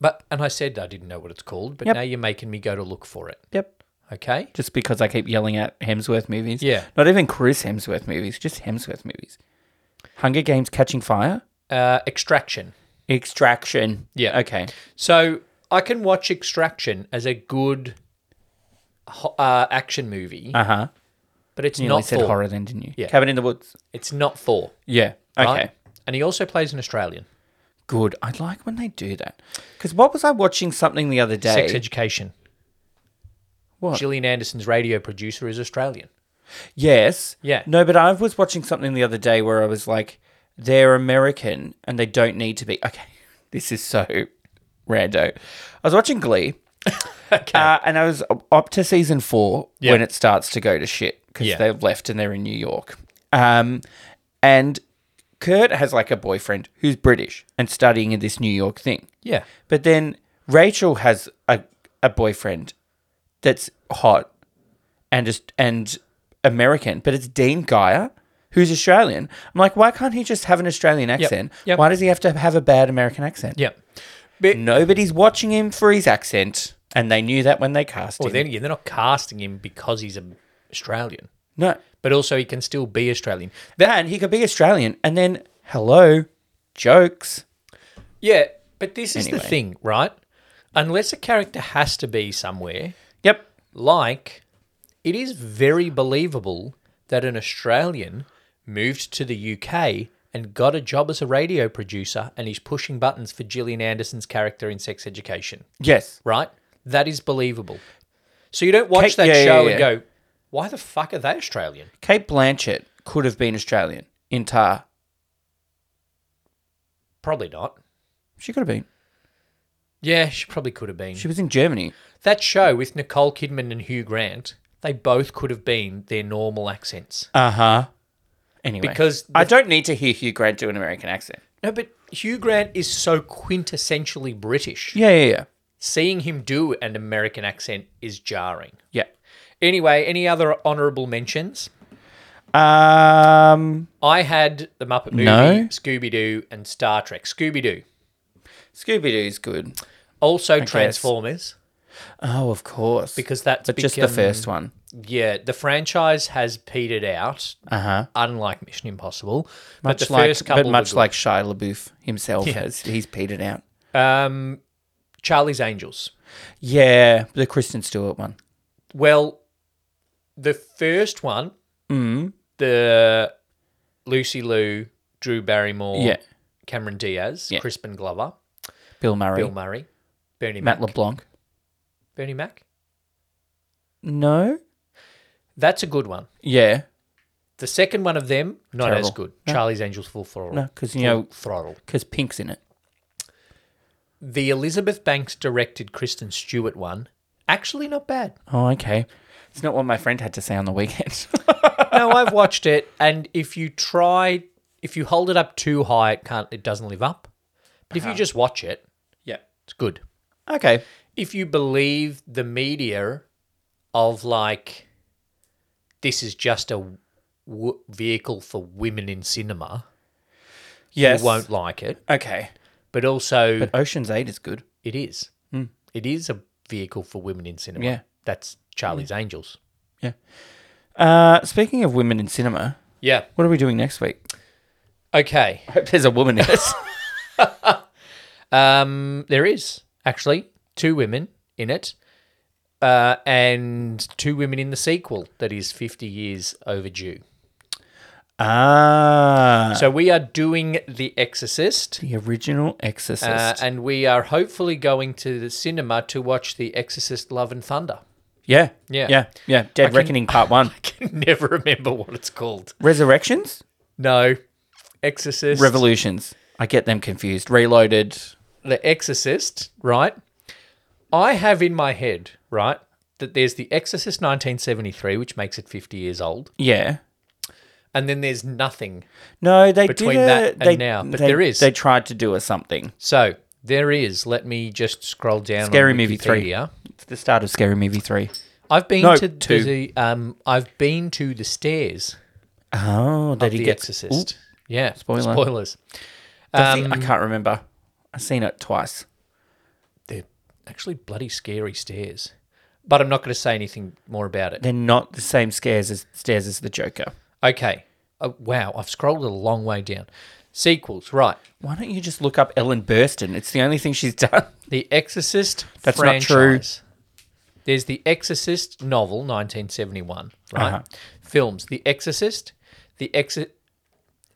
B: But and I said I didn't know what it's called, but
A: Yep.
B: now you're making me go to look for it.
A: Yep.
B: Okay?
A: Just because I keep yelling at Hemsworth movies.
B: Yeah.
A: Not even Chris Hemsworth movies, just Hemsworth movies. Hunger Games Catching Fire.
B: Uh, extraction.
A: Extraction.
B: Yeah.
A: Okay.
B: So I can watch Extraction as a good ho- uh, action movie,
A: Uh huh.
B: but it's
A: You only
B: not
A: said
B: Thor.
A: horror then, didn't you?
B: Yeah.
A: Cabin in the Woods.
B: It's not Thor.
A: Yeah. Okay.
B: right? And he also plays an Australian.
A: Good. I like when they do that. Because what was I watching something the other day?
B: Sex Education.
A: What?
B: Gillian Anderson's radio producer is Australian.
A: Yes.
B: Yeah.
A: No, but I was watching something the other day where I was like, they're American and they don't need to be. Okay, [laughs] this is so rando. I was watching Glee.
B: [laughs] Okay.
A: Uh, and I was up to season four
B: Yeah.
A: when it starts to go to shit because
B: Yeah.
A: they've left and they're in New York. Um, and Kurt has like a boyfriend who's British and studying in this New York thing.
B: yeah.
A: But then Rachel has a, a boyfriend that's hot and just and American, but it's Dean Geyer who's Australian. I'm like, why can't he just have an Australian accent?
B: Yep.
A: Why does he have to have a bad American accent?
B: Yeah.
A: Nobody's watching him for his accent, and they knew that when they cast
B: Well,
A: him.
B: then again, they're not casting him because he's a Australian,
A: no,
B: but also he can still be Australian.
A: then he could be Australian, and then hello, jokes.
B: Yeah. But this is the
A: Anyway.
B: thing, right? Unless a character has to be somewhere,
A: Yep,
B: like it is very believable that an Australian moved to the UK and got a job as a radio producer and he's pushing buttons for Gillian Anderson's character in Sex Education,
A: yes,
B: right? That is believable. So you don't watch
A: Kate-
B: that
A: yeah,
B: show
A: yeah,
B: and
A: yeah.
B: go, why the fuck are they Australian?
A: Kate Blanchett could have been Australian in Tar.
B: Probably not.
A: She could have been.
B: Yeah, she probably could have been.
A: She was in Germany.
B: That show with Nicole Kidman and Hugh Grant, they both could have been their normal accents.
A: Uh huh. Anyway,
B: Because
A: I don't need to hear Hugh Grant do an American accent.
B: No, but Hugh Grant is so quintessentially British.
A: Yeah, yeah, yeah,
B: seeing him do an American accent is jarring.
A: yeah.
B: Anyway, any other honorable mentions?
A: Um,
B: I had the Muppet Movie,
A: No.
B: Scooby Doo, and Star Trek. Scooby Doo.
A: Scooby Doo's good.
B: Also Transformers,
A: Oh, of course.
B: because that's
A: but just the um,
B: become-
A: first one.
B: Yeah, the franchise has petered out,
A: Uh huh.
B: unlike Mission Impossible. but
A: Much
B: the
A: like,
B: first couple
A: but
B: were
A: much
B: good.
A: like Shia LaBeouf himself
B: Yeah.
A: has, he's petered out.
B: um, Charlie's Angels.
A: Yeah, the Kristen Stewart one.
B: Well, the first one,
A: Mm.
B: the Lucy Liu, Drew Barrymore,
A: Yeah,
B: Cameron Diaz,
A: Yeah.
B: Crispin Glover,
A: Bill Murray,
B: Bill Murray, Bernie
A: Matt
B: Mac.
A: LeBlanc.
B: Bernie Mac.
A: No.
B: That's a good one.
A: Yeah.
B: The second one of them, not
A: Terrible.
B: as good. Charlie's Angels Full Throttle.
A: No, because you
B: Full
A: know,
B: Throttle.
A: because Pink's in it.
B: The Elizabeth Banks directed Kristen Stewart one, actually not bad.
A: Oh, okay. It's not what my friend had to say on the weekend. [laughs]
B: No, I've watched it, and if you try, if you hold it up too high, it can't. It doesn't live up. But
A: Uh-huh.
B: if you just watch it,
A: yeah.
B: it's good.
A: Okay.
B: If you believe the media of like this is just a w- vehicle for women in cinema,
A: Yes.
B: you won't like it.
A: Okay.
B: But also,
A: But Ocean's Eight is good.
B: it is. It is a vehicle for women in cinema.
A: Yeah. Mm.
B: That's Charlie's Angels.
A: Uh, speaking of women in cinema,
B: Yeah.
A: what are we doing next week?
B: Okay.
A: I hope there's a woman in it.
B: Um, there is actually two women in it, uh, and two women in the sequel that is 50 years overdue.
A: [laughs] ah.
B: So we are doing The Exorcist,
A: the original Exorcist.
B: uh, and we are hopefully going to the cinema to watch The Exorcist Love and Thunder. [laughs]
A: yeah.
B: yeah.
A: Yeah. Yeah. Dead
B: can-
A: Reckoning Part 1.
B: I can never remember what it's called.
A: [laughs] Resurrections?
B: No. Exorcist.
A: Revolutions. I get them confused. Reloaded.
B: the Exorcist, right? I have in my head, right, that there's The Exorcist 1973, which makes it 50 years old,
A: Yeah.
B: and then there's nothing.
A: No, they
B: Between
A: did a,
B: that and
A: they,
B: now, but
A: they-
B: there is.
A: They tried to do a something.
B: So there is. Let me just scroll down.
A: Scary
B: on
A: Movie 3.
B: Wikipedia.
A: It's the start of Scary Movie 3.
B: I've been
A: No,
B: to
A: two.
B: the um. I've been to the stairs.
A: Oh, that
B: Of
A: he
B: the
A: gets.
B: Exorcist. Yeah.
A: Spoiler.
B: Spoilers.
A: That's
B: Um,
A: it. I can't remember. I've seen it twice.
B: They're actually bloody scary stairs. But I'm not going to say anything more about it.
A: They're not the same scares as stairs as the Joker.
B: Okay. Uh, wow, I've scrolled a long way down. Sequels, right?
A: Why don't you just look up Ellen Burstyn? It's the only thing she's [laughs] done.
B: The Exorcist
A: That's not
B: franchise.
A: true.
B: There's the Exorcist novel, 1971, right?
A: Uh-huh.
B: Films: The Exorcist, The Ex-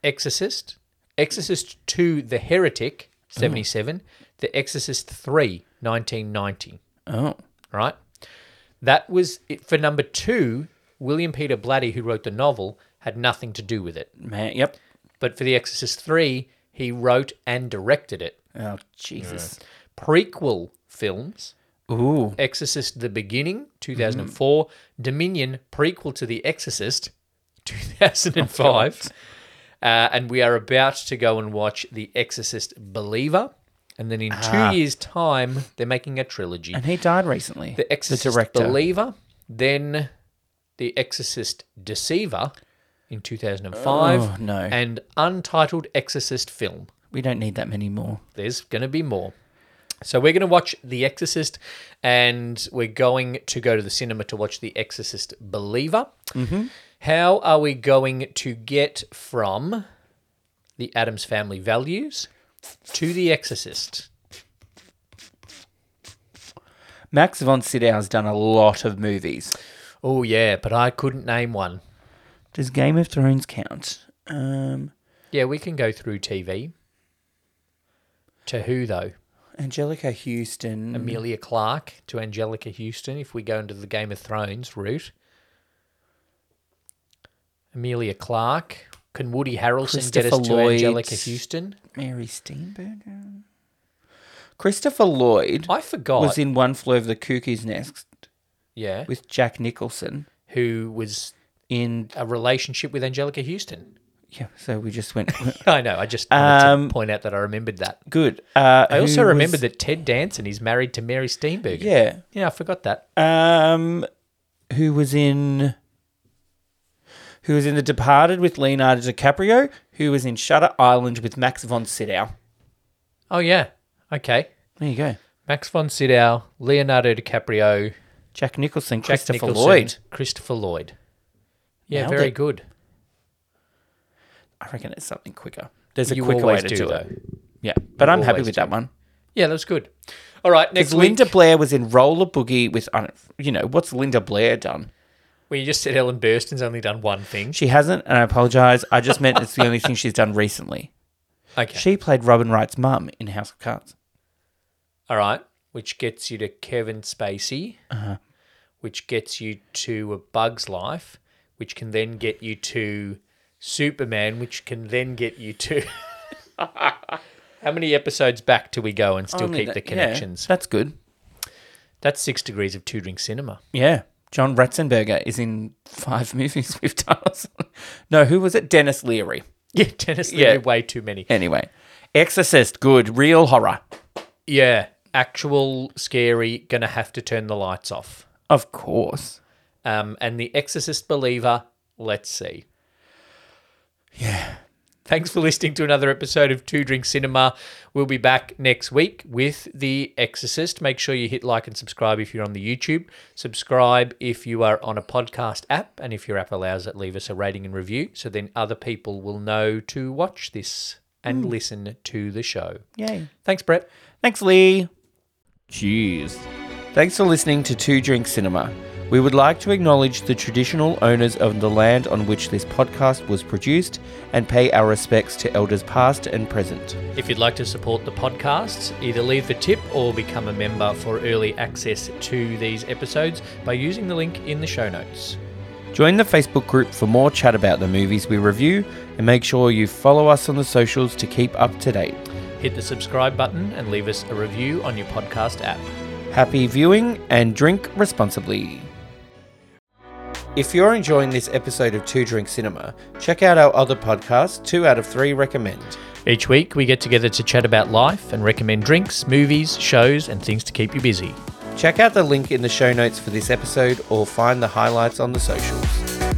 B: Exorcist, Exorcist Two: The
A: Oh.
B: Heretic, 77, The Exorcist Three, 1990,
A: Oh.
B: right? That was it for number two. William Peter Blatty, who wrote the novel, had nothing to do with it.
A: Man, yep.
B: But for The Exorcist 3, he wrote and directed it.
A: Oh, Jesus.
B: Prequel films
A: Ooh.
B: Exorcist The Beginning,
A: Mm-hmm.
B: 2004, Dominion, prequel to The Exorcist, [laughs]
A: Oh,
B: 2005. uh, and we are about to go and watch The Exorcist Believer. And then in two years' time, they're making a trilogy.
A: Ah. And he died recently.
B: The Exorcist
A: director.
B: Believer, then The Exorcist Deceiver in 2005,
A: Oh, no.
B: and Untitled Exorcist Film.
A: we don't need that many more.
B: There's going to be more. So we're going to watch The Exorcist, and we're going to go to the cinema to watch The Exorcist Believer. Mm-hmm. How are we going to get from the Adams Family Values to The Exorcist?
A: Max von Sydow's done a lot of movies.
B: Oh yeah, but I couldn't name one.
A: Does Game of Thrones count? Um,
B: Yeah, we can go through TV. To who though?
A: Angelica Houston.
B: Mm-hmm. Amelia Clark to Angelica Houston. If we go into the Game of Thrones route, Amelia Clark. Can Woody Harrelson get
A: Christopher
B: us to
A: Lloyd.
B: Angelica Houston?
A: Mary Steenburgen. Christopher Lloyd
B: I forgot.
A: was in One Flew Over the Cuckoo's Nest
B: yeah,
A: with Jack Nicholson.
B: who was
A: In
B: a relationship with Angelica Houston?
A: yeah, so we just went [laughs]
B: I know. I just wanted
A: Um,
B: to point out that I remembered that.
A: good. Uh,
B: I also
A: who was-
B: remembered that Ted Danson is married to Mary Steenburgen.
A: yeah.
B: yeah, I forgot that.
A: Um, who was in? Who was in The Departed with Leonardo DiCaprio? Who was in Shutter Island with Max von Sydow?
B: Oh yeah, okay.
A: There you go.
B: Max von Sydow, Leonardo DiCaprio,
A: Jack Nicholson,
B: Jack
A: Christopher
B: Nicholson,
A: Lloyd.
B: Christopher Lloyd. Yeah,
A: Nailed
B: very
A: it.
B: good.
A: I reckon it's something quicker. There's a
B: You
A: quicker way
B: always
A: to do, it.
B: do, though.
A: Yeah, but I'm happy
B: always
A: with
B: do.
A: that one.
B: Yeah, that was good. All right, next
A: Because Linda
B: week
A: Blair was in Roller Boogie with, I don't, you know, what's Linda Blair done?
B: we just said Ellen Burstyn's only done one thing.
A: She hasn't, and I apologise. I just meant it's the only thing she's done recently.
B: Okay,
A: She played Robin Wright's mum in House of Cards.
B: all right, which gets you to Kevin Spacey,
A: Uh-huh.
B: which gets you to A Bug's Life, which can then get you to Superman, which can then get you to. [laughs] How many episodes back do we go and still
A: Only
B: keep
A: that-
B: the
A: yeah,
B: connections?
A: that's good.
B: That's six degrees of two drink cinema.
A: Yeah. John Ratzenberger is in five [laughs] movies we've done. no, who was it? Dennis Leary.
B: Yeah, tennis.
A: Yeah.
B: Yeah, way too many.
A: Anyway, Exorcist, good, real horror.
B: Yeah, actual scary. Gonna have to turn the lights off.
A: Of course.
B: Um, and The Exorcist Believer, let's see.
A: Yeah.
B: Thanks for listening to another episode of Two Drink Cinema. We'll be back next week with The Exorcist. Make sure you hit like and subscribe if you're on the YouTube. Subscribe if you are on a podcast app, and if your app allows it, leave us a rating and review so then other people will know to watch this and listen to the show.
A: Yay.
B: Thanks, Brett.
A: Thanks, Lee.
C: Cheers.
A: Thanks for listening to Two Drink Cinema. We would like to acknowledge the traditional owners of the land on which this podcast was produced and pay our respects to elders past and present.
B: If you'd like to support the podcast, either leave the tip or become a member for early access to these episodes by using the link in the show notes.
A: Join the Facebook group for more chat about the movies we review and make sure you follow us on the socials to keep up to date.
B: Hit the subscribe button and leave us a review on your podcast app.
A: Happy viewing and drink responsibly. If you're enjoying this episode of Two Drink Cinema, check out our other podcast, Two Out of Three Recommend.
B: Each week, we get together to chat about life and recommend drinks, movies, shows, and things to keep you busy.
A: Check out the link in the show notes for this episode or find the highlights on the socials.